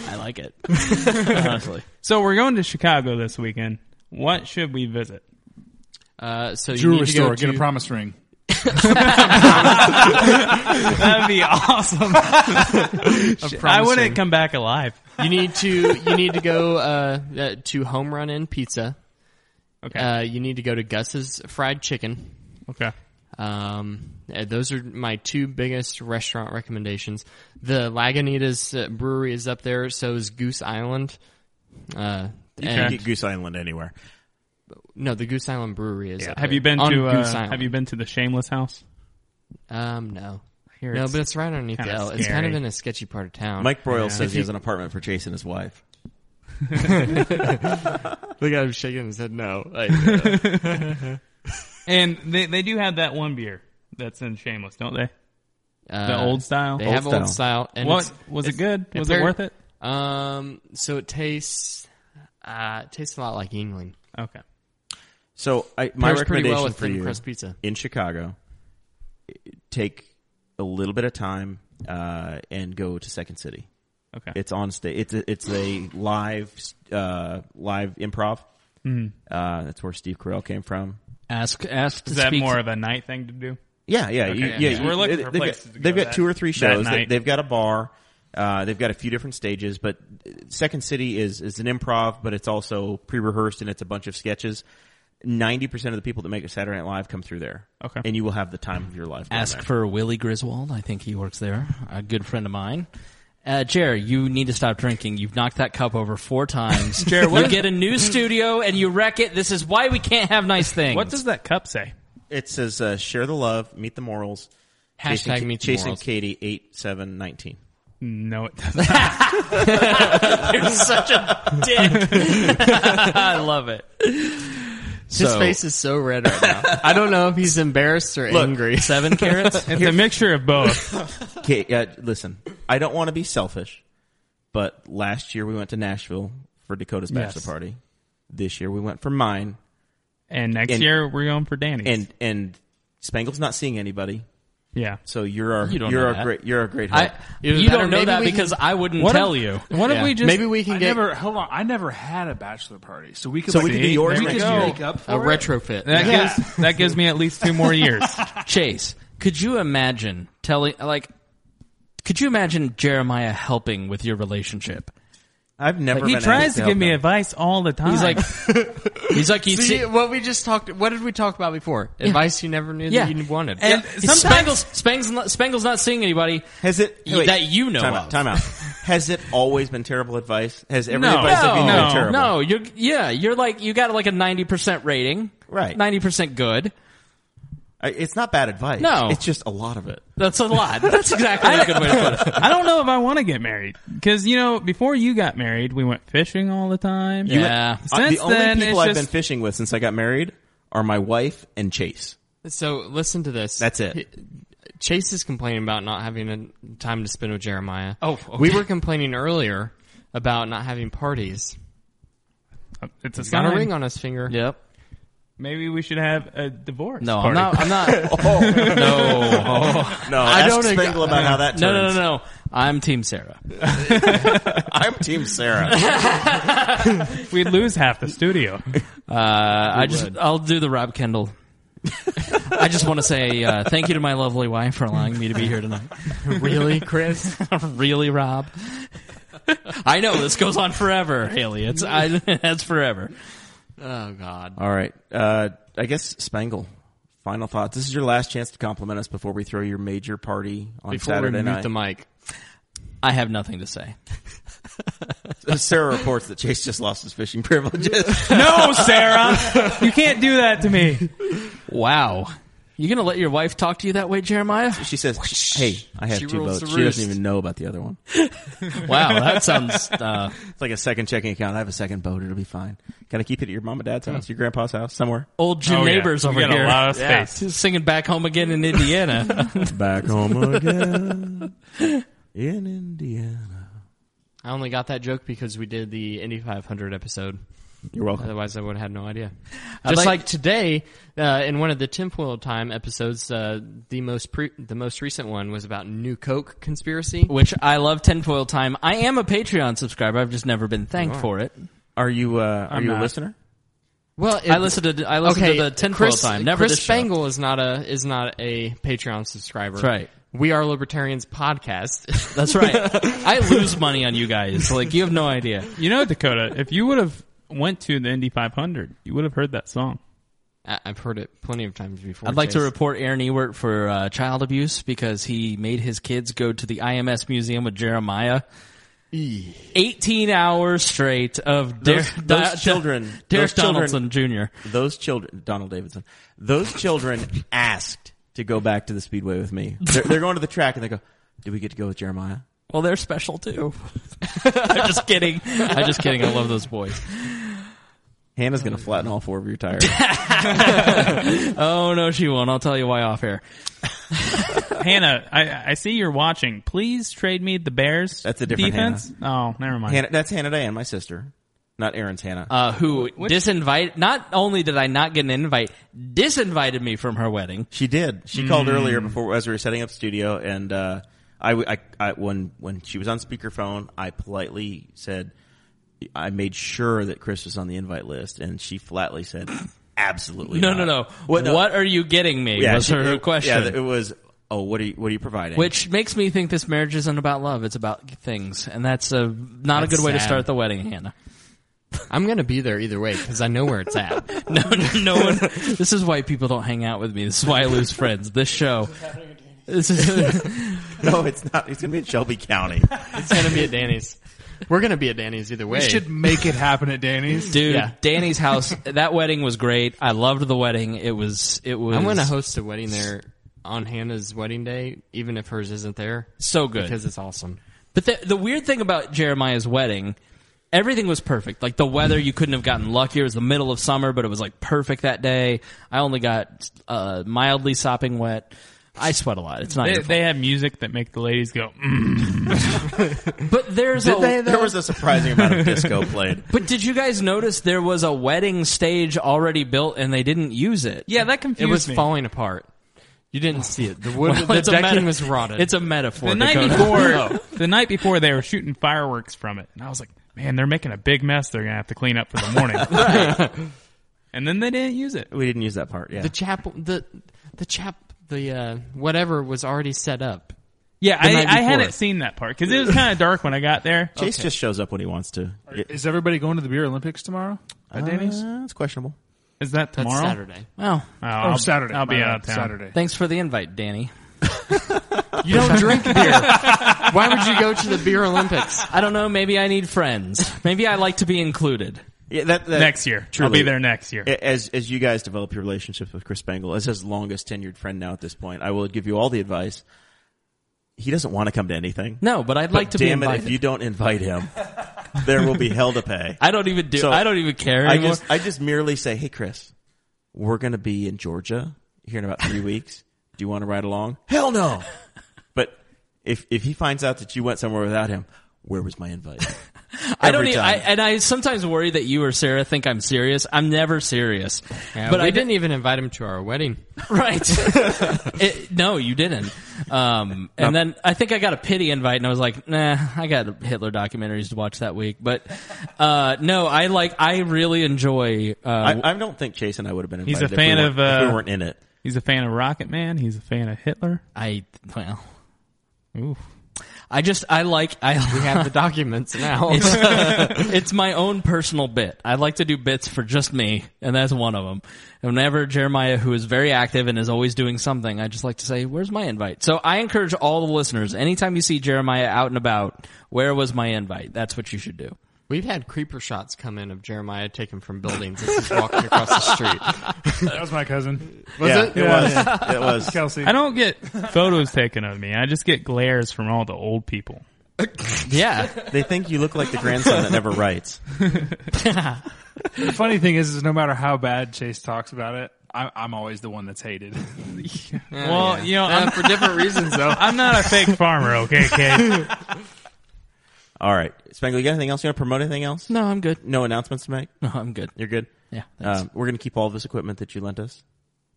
I like it. Honestly. So we're going to Chicago this weekend. What should we visit? Uh, so you jewelry need to go store. to Get a promise ring. That'd be awesome. I wouldn't come back alive. You need to you need to go uh, uh, to Home Run and Pizza. Okay. Uh, you need to go to Gus's Fried Chicken. okay. Um, uh, those are my two biggest restaurant recommendations. The Lagunitas uh, Brewery is up there. So is Goose Island. Uh, You and- can get Goose Island anywhere. no, the Goose Island Brewery is. up Have there. you been On to Goose uh, Island? Have you been to the Shameless House? Um, no. Here No, it's- but it's right underneath the kinda L. It's kind of scary. in a sketchy part of town. Mike Broyle says he has an apartment for Chase and his wife. look at him shaking his head. No, And they they do have that one beer that's in Shameless, don't they? The old style. Uh, They Old What have old style. And was it's- it good? it Was it paired- worth it? Um, so it tastes, uh, it tastes a lot like Yingling. Okay. So I, my Pairs pretty recommendation well with for thin you crust pizza. in Chicago, take a little bit of time uh, and go to Second City. Okay. It's on stage. It's a, it's a live uh, live improv. Uh, that's where Steve Carell came from. Ask, ask to Is that speak more to- of a night thing to do? Yeah, yeah, you- Okay. yeah. So you- we're looking they- for they've places Got, to go they've got that- two or three that shows. They, night. they've got a bar. Uh, they've got a few different stages, but Second City is is an improv, but it's also pre rehearsed and it's a bunch of sketches. Ninety percent of the people that make a Saturday Night Live come through there. Okay. and you will have the time of your life. down ask there. for Willie Griswold. I think he works there. A good friend of mine. Uh, Jerry, you need to stop drinking. You've knocked that cup over four times. Jerry, we get a new studio and you wreck it. This is why we can't have nice things. What does that cup say? It says uh, share the love, meet the morals. Hashtag Jason, meet the Jason morals. Katie eight seven nineteen. No, it doesn't. You're such a dick. I love it. His So- face is so red right now. I don't know if he's embarrassed or angry. Seven carrots. It's a mixture of both. Okay, uh, listen, I don't want to be selfish, but last year we went to Nashville for Dakota's Yes. bachelor party. This year we went for mine, And next And- year we're going for Danny's. and and Spangle's not seeing anybody, yeah. so you're our You you don't are know our that. great you're a great hope. I, Even you better, don't know maybe that we can- because I wouldn't What if- tell you. What Yeah. if we just Maybe we can I get never hold on. I never had a bachelor party, so we could So like, we could do yours we next could year. make up for a it. retrofit. that gives that gives me at least two more years. Chase, could you imagine telling like could you imagine Jeremiah helping with your relationship? I've never. he been tries asked to help give me them. advice all the time. He's like He's like you See, see, what we just talked. What did we talk about before? Advice you never knew yeah, that you wanted. And Yeah, sometimes- Spangles, Spangles, not, Spangles not seeing anybody. Has it You- that you know Time of. out. Time out. Has it always been terrible advice? Has every No. advice have you No. been terrible? No, you're yeah, you're like you got like a ninety percent rating, Right. Ninety percent good. I- It's not bad advice. No. it's just a lot of it. That's a lot. That's exactly a good way to put it. I don't know if I want to get married because you know before you got married we went fishing all the time. Yeah. I- Since uh, the only then, people it's I've been just- fishing with since I got married are my wife and Chase. So listen to this. That's it. He- Chase is complaining about not having a time to spend with Jeremiah. Oh, okay. we were complaining earlier about not having parties. Uh, it's a Got sign. a ring on his finger. Yep. Maybe we should have a divorce. No, party. I'm not. I'm not. no. No, I ask don't ag- Spangle about how that. Turns. No, no, no, no. I'm Team Sarah. Uh, I'm Team Sarah. We'd lose half the studio. Uh, I just I'll do the Rob Kendall. I just want to say uh, thank you to my lovely wife for allowing me to be here tonight. Really, Chris? really, Rob? I know this goes on forever, Haley. It's I, that's forever. oh God. All right. Uh, I guess Spangle. Final thoughts. This is your last chance to compliment us before we throw your major party on Before Saturday we mute night. the mic. I have nothing to say. Sarah reports that Chase just lost his fishing privileges. no, Sarah, you can't do that to me. Wow, you gonna let your wife talk to you that way, Jeremiah? she says, "Hey, I have She two boats." rules the She doesn't roost. even know about the other one. Wow, that sounds. Uh, It's like a second checking account. I have a second boat. It'll be fine. Gotta keep it at your mom and dad's house, your grandpa's house, somewhere. old Jim Oh, yeah. neighbors We over got a here. lot of Yeah. space. singing back home again in Indiana. Back home again in Indiana. I only got that joke because we did the Indy 500 episode. You're welcome. Otherwise, I would have had no idea. Just like, like- today, uh, in one of the tinfoil time episodes, uh, the most pre- the most recent one was about New Coke conspiracy. which I love tinfoil time. I am a Patreon subscriber. I've just never been thanked for it. Are you uh, are you not. a listener? Well, I listened to I listened okay, to the tinfoil Chris, time. Never Chris this show. Spangle is not a is not a Patreon subscriber. That's right. We are libertarians podcast. That's right. I lose money on you guys. Like you have no idea. You know, Dakota, if you would have went to the Indy 500, you would have heard that song. I- I've heard it plenty of times before. I'd like to Chase. report Aaron Ewert for uh, child abuse because he made his kids go to the IMS museum with Jeremiah. 18 hours straight of Dar- Those- those Dar- children- Derek those children- Donaldson Jr. Those children, Donald Davidson, those children asked to go back to the speedway with me. They're, they're going to the track and they go, "Do we get to go with Jeremiah?" Well, they're special too. I'm just kidding. I'm just kidding. I love those boys. Hannah's gonna flatten all four of your tires. Oh no, she won't. I'll tell you why off air. Hannah, I, I see you're watching. Please trade me the Bears. That's a different defense. Oh, never mind. Hannah, that's Hannah Diane, my sister, not Aaron's Hannah. Uh, who disinvited? Not only did I not get an invite, disinvited me from her wedding. She did. She mm. called earlier before as we were setting up studio, and uh, I, I, I, when when she was on speakerphone, I politely said, I made sure that Chris was on the invite list, and she flatly said, absolutely. No, not." no, no. What, What? no. are you getting me? Yeah, was she- her, it- question. Yeah, it was. Oh, what are you? What are you providing? which makes me think this marriage isn't about love; it's about things, and that's a not a That's good way to sad. start the wedding, Hannah. I'm gonna be there either way because I know where it's at. No, no one. This is why people don't hang out with me. This is why I lose friends. This show. This is no, it's not. It's gonna be in Shelby County. It's gonna be at Danny's. We're gonna be at Danny's either way. We should make it happen at Danny's. dude. Yeah. Danny's house. That wedding was great. I loved the wedding. It was. It was. I'm gonna host a wedding there on Hannah's wedding day, even if hers isn't there, so good. because it's awesome. But the, the weird thing about Jeremiah's wedding, everything was perfect. Like the weather, you couldn't have gotten luckier. It was the middle of summer, but it was like perfect that day. I only got uh, mildly sopping wet. I sweat a lot. It's not. They, your fault. they have music that make the ladies go. Mm. but there's a. there was a surprising amount of disco played. but did you guys notice there was a wedding stage already built and they didn't use it? Yeah, that It confused was me. falling apart. You didn't see it. The wood, Well, the it's a meta- decking was rotted. It's a metaphor. the night Dakota. before, the night before they were shooting fireworks from it, and I was like, "Man, they're making a big mess. They're gonna have to clean up for the morning." And then they didn't use it. We didn't use that part. Yeah. the chapel. The the chap. The uh, whatever was already set up. Yeah, The I, night I before. hadn't seen that part because it was kind of dark when I got there. Chase just shows up when he wants to. It, Is everybody going to the beer Olympics tomorrow at Danny's? uh, it's questionable. Is that That's tomorrow? Saturday. Well, Oh, Oh, I'll- Saturday. I'll be My out of bad. town. Saturday. thanks for the invite, Danny. You don't drink beer. Why would you go to the beer Olympics? I don't know. Maybe I need friends. Maybe I like to be included. Yeah, that, that- Next year, I'll truly. be there next year. A- As as you guys develop your relationship with Chris Bangle, as his longest tenured friend now at this point, I will give you all the advice. He doesn't want to come to anything. No, but I'd but like to be damn it, invited. if you don't invite him, there will be hell to pay. I don't even do. So, I don't even care I anymore. just I just merely say, hey Chris, we're gonna be in Georgia here in about three weeks. Do you want to ride along? Hell no. But if if he finds out that you went somewhere without him, where was my invite? I don't. e-, Every Even, I, time. and I sometimes worry that you or Sarah think I'm serious. I'm never serious. but but we I didn't even invite him to our wedding. Right. It- no, you didn't. Um, and then I think I got a pity invite, and I was like, "Nah, I got Hitler documentaries to watch that week." But uh, no, I like. I really enjoy. Uh, I, I don't think Chase and I would have been invited. He's a if we fan weren't- of, uh, if we weren't in it. He's a fan of Rocket Man. He's a fan of Hitler. I well, Ooh. I just I like. We I have the documents now. it's my own personal bit. I like to do bits for just me, and that's one of them. And whenever Jeremiah, who is very active and is always doing something, I just like to say, "Where's my invite?" So I encourage all the listeners. Anytime you see Jeremiah out and about, where was my invite? That's what you should do. We've had creeper shots come in of Jeremiah taken from buildings as he's walking across the street. That was my cousin. Was it? was. It was. Kelsey. I don't get photos taken of me. I just get glares from all the old people. Yeah, They think you look like the grandson that never writes. The funny thing is, is no matter how bad Chase talks about it, I, I'm always the one that's hated. well, you know, Uh, I'm, for different reasons, though. I'm not a fake farmer, okay, kid? All right, Spangle, you got anything else? You want to promote anything else? no, I'm good. No announcements to make. No, I'm good. You're good. Yeah, Oh. thanks. Um, we're going to keep all of this equipment that you lent us.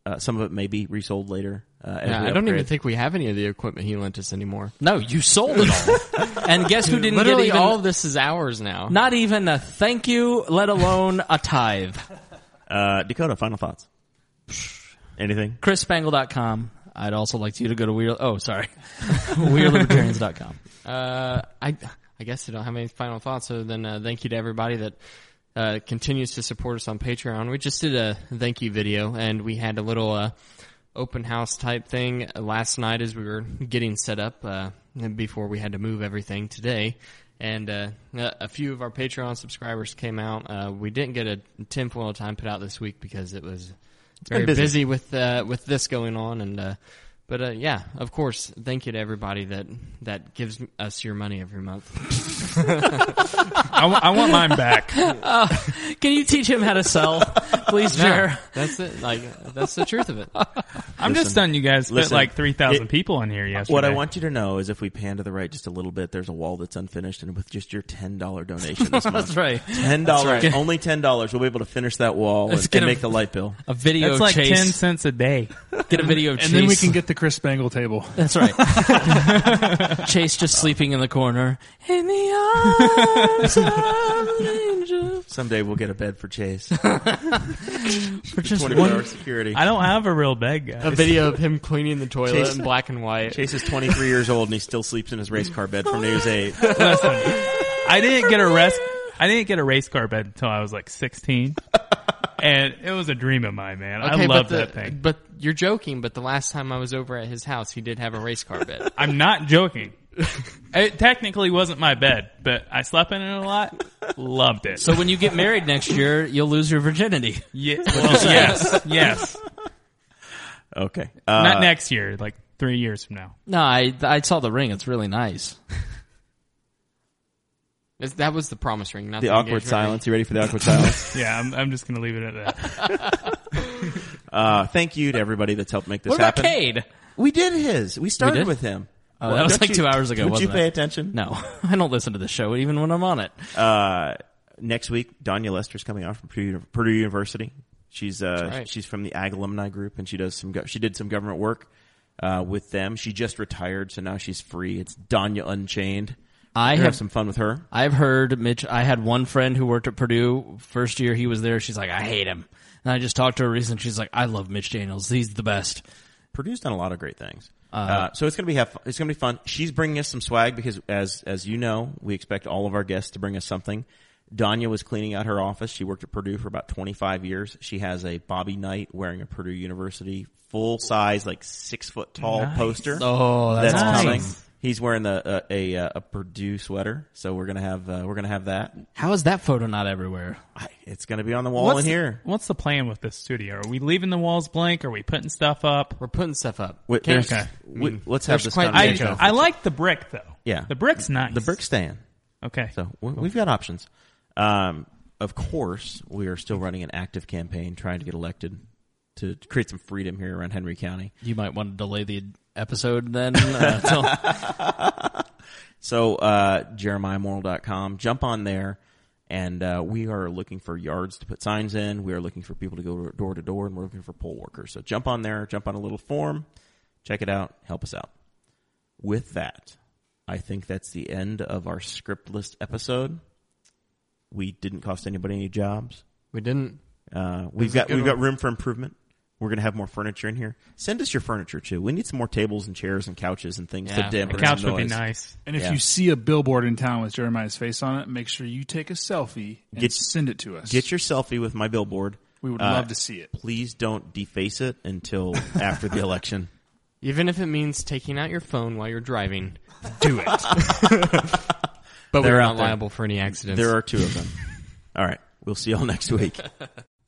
Uh, some of it may be resold later. Uh, as Yeah, we I don't even upgrade. think we have any of the equipment he lent us anymore. no, you sold it all. and guess who didn't Literally, get even all of this is ours now. not even a thank you, let alone a tithe. Uh, Dakota, final thoughts. Anything? ChrisSpangle.com. I'd also like you to go to Weird. Oh, sorry, WeirdLibertarians.com. Uh, I I guess I don't have any final thoughts other than uh, thank you to everybody that uh, continues to support us on Patreon. We just did a thank you video and we had a little uh, open house type thing last night as we were getting set up uh, before we had to move everything today. And uh, a a few of our Patreon subscribers came out. Uh, we didn't get a tinfoil time put out this week because it was very been busy. busy with uh, with this going on and. Uh, But uh, yeah, of course, thank you to everybody that that gives us your money every month. I, wa- I want mine back. Can you teach him how to sell, please, Jer? that's it. Like that's the truth of it. I'm just stunned you guys fit Listen. like 3,000 It- people in here yesterday. What I want you to know is if we pan to the right just a little bit, there's a wall that's unfinished, and with just your ten dollar donation this month, That's right. ten dollars, only ten dollars, we'll be able to finish that wall Let's and, get a- and make the light bill. A video That's like 10 chase. cents a day. Get a video of And Chase. then we can get the Chris Spangle table. That's right. Chase just sleeping in the corner. In the arms of an angel. Someday we'll get a bed for Chase. For just Twenty-four one. hour security. I don't have a real bed, A guys. video of him cleaning the toilet Chase- in black and white. Chase is 23 years old and he still sleeps in his race car bed from New Year's Eve. I didn't get a rest. I didn't get a race car bed until I was like 16. and it was a dream of mine, man. I but love the- that thing. But you're joking. But the last time I was over at his house, he did have a race car bed. I'm not joking. It technically wasn't my bed, but I slept in it a lot. Loved it. So when you get married next year, you'll lose your virginity. yeah, well, yes, yes. Okay. Uh, not next year, like three years from now. No, I I saw the ring. It's really nice. It's- that was the promise ring, not the, the awkward engagement ring. silence. You ready for the awkward silence? Yeah, I'm, I'm just gonna leave it at that. Uh, thank you to everybody that's helped make this What about happen. Cade? We did his. We started did? with him. Oh, that was Don't like you- two hours ago, Don't wasn't you pay it? attention? No, I don't listen to the show even when I'm on it. Uh, next week, Danya Lester's coming out from Purdue, Purdue University. She's uh, right. she's from the Ag alumni group, and she does some go- she did some government work uh, with them. She just retired, so now she's free. It's Danya Unchained. I We're gonna have- have some fun with her. I've heard Mitch. I had one friend who worked at Purdue. First year he was there, she's like, I hate him. And I just talked to her recently. She's like, I love Mitch Daniels. He's the best. Purdue's done a lot of great things. Uh, so it's gonna be have, it's gonna be fun. She's bringing us some swag because as as you know, we expect all of our guests to bring us something. Danya was cleaning out her office. She worked at Purdue for about 25 years. She has a Bobby Knight wearing a Purdue University full size, like six foot tall poster. Oh, that's, that's awesome. coming. He's wearing the, uh, a, a a Purdue sweater, so we're gonna have uh, we're gonna have that. How is that photo not everywhere? I, it's gonna be on the wall What's in the- here. what's the plan with this studio? Are we leaving the walls blank? Are we putting stuff up? We're putting stuff up. Wait, Can't- there's- we- let's have there's this quite the I, conversation. Yeah. I like the brick though. Yeah. the brick's nice. the brick stand. Okay. So we- we've got options. Um, of course, we are still running an active campaign trying to get elected to create some freedom here around Henry County. You might want to delay the episode then. Uh, till- So uh, jeremiahmoral.com, jump on there. And uh, we are looking for yards to put signs in. We are looking for people to go door to door, and we're looking for poll workers. So jump on there, jump on a little form, check it out, help us out. With that, I think that's the end of our scriptless episode. We didn't cost anybody any jobs. We didn't. Uh, we've got we've got room for improvement. We're gonna have more furniture in here. Send us your furniture too. We need some more tables and chairs and couches and things to Yeah, dampen the couch some would be noise. nice. And if Yeah. you see a billboard in town with Jeremiah's face on it, make sure you take a selfie and Get- send it to us. Get your selfie with my billboard. we would Uh, love to see it. Please don't deface it until after the election. Even if it means taking out your phone while you're driving, do it. but They're we're out not there. liable for any accidents. There are two of them. All right. We'll see y'all next week.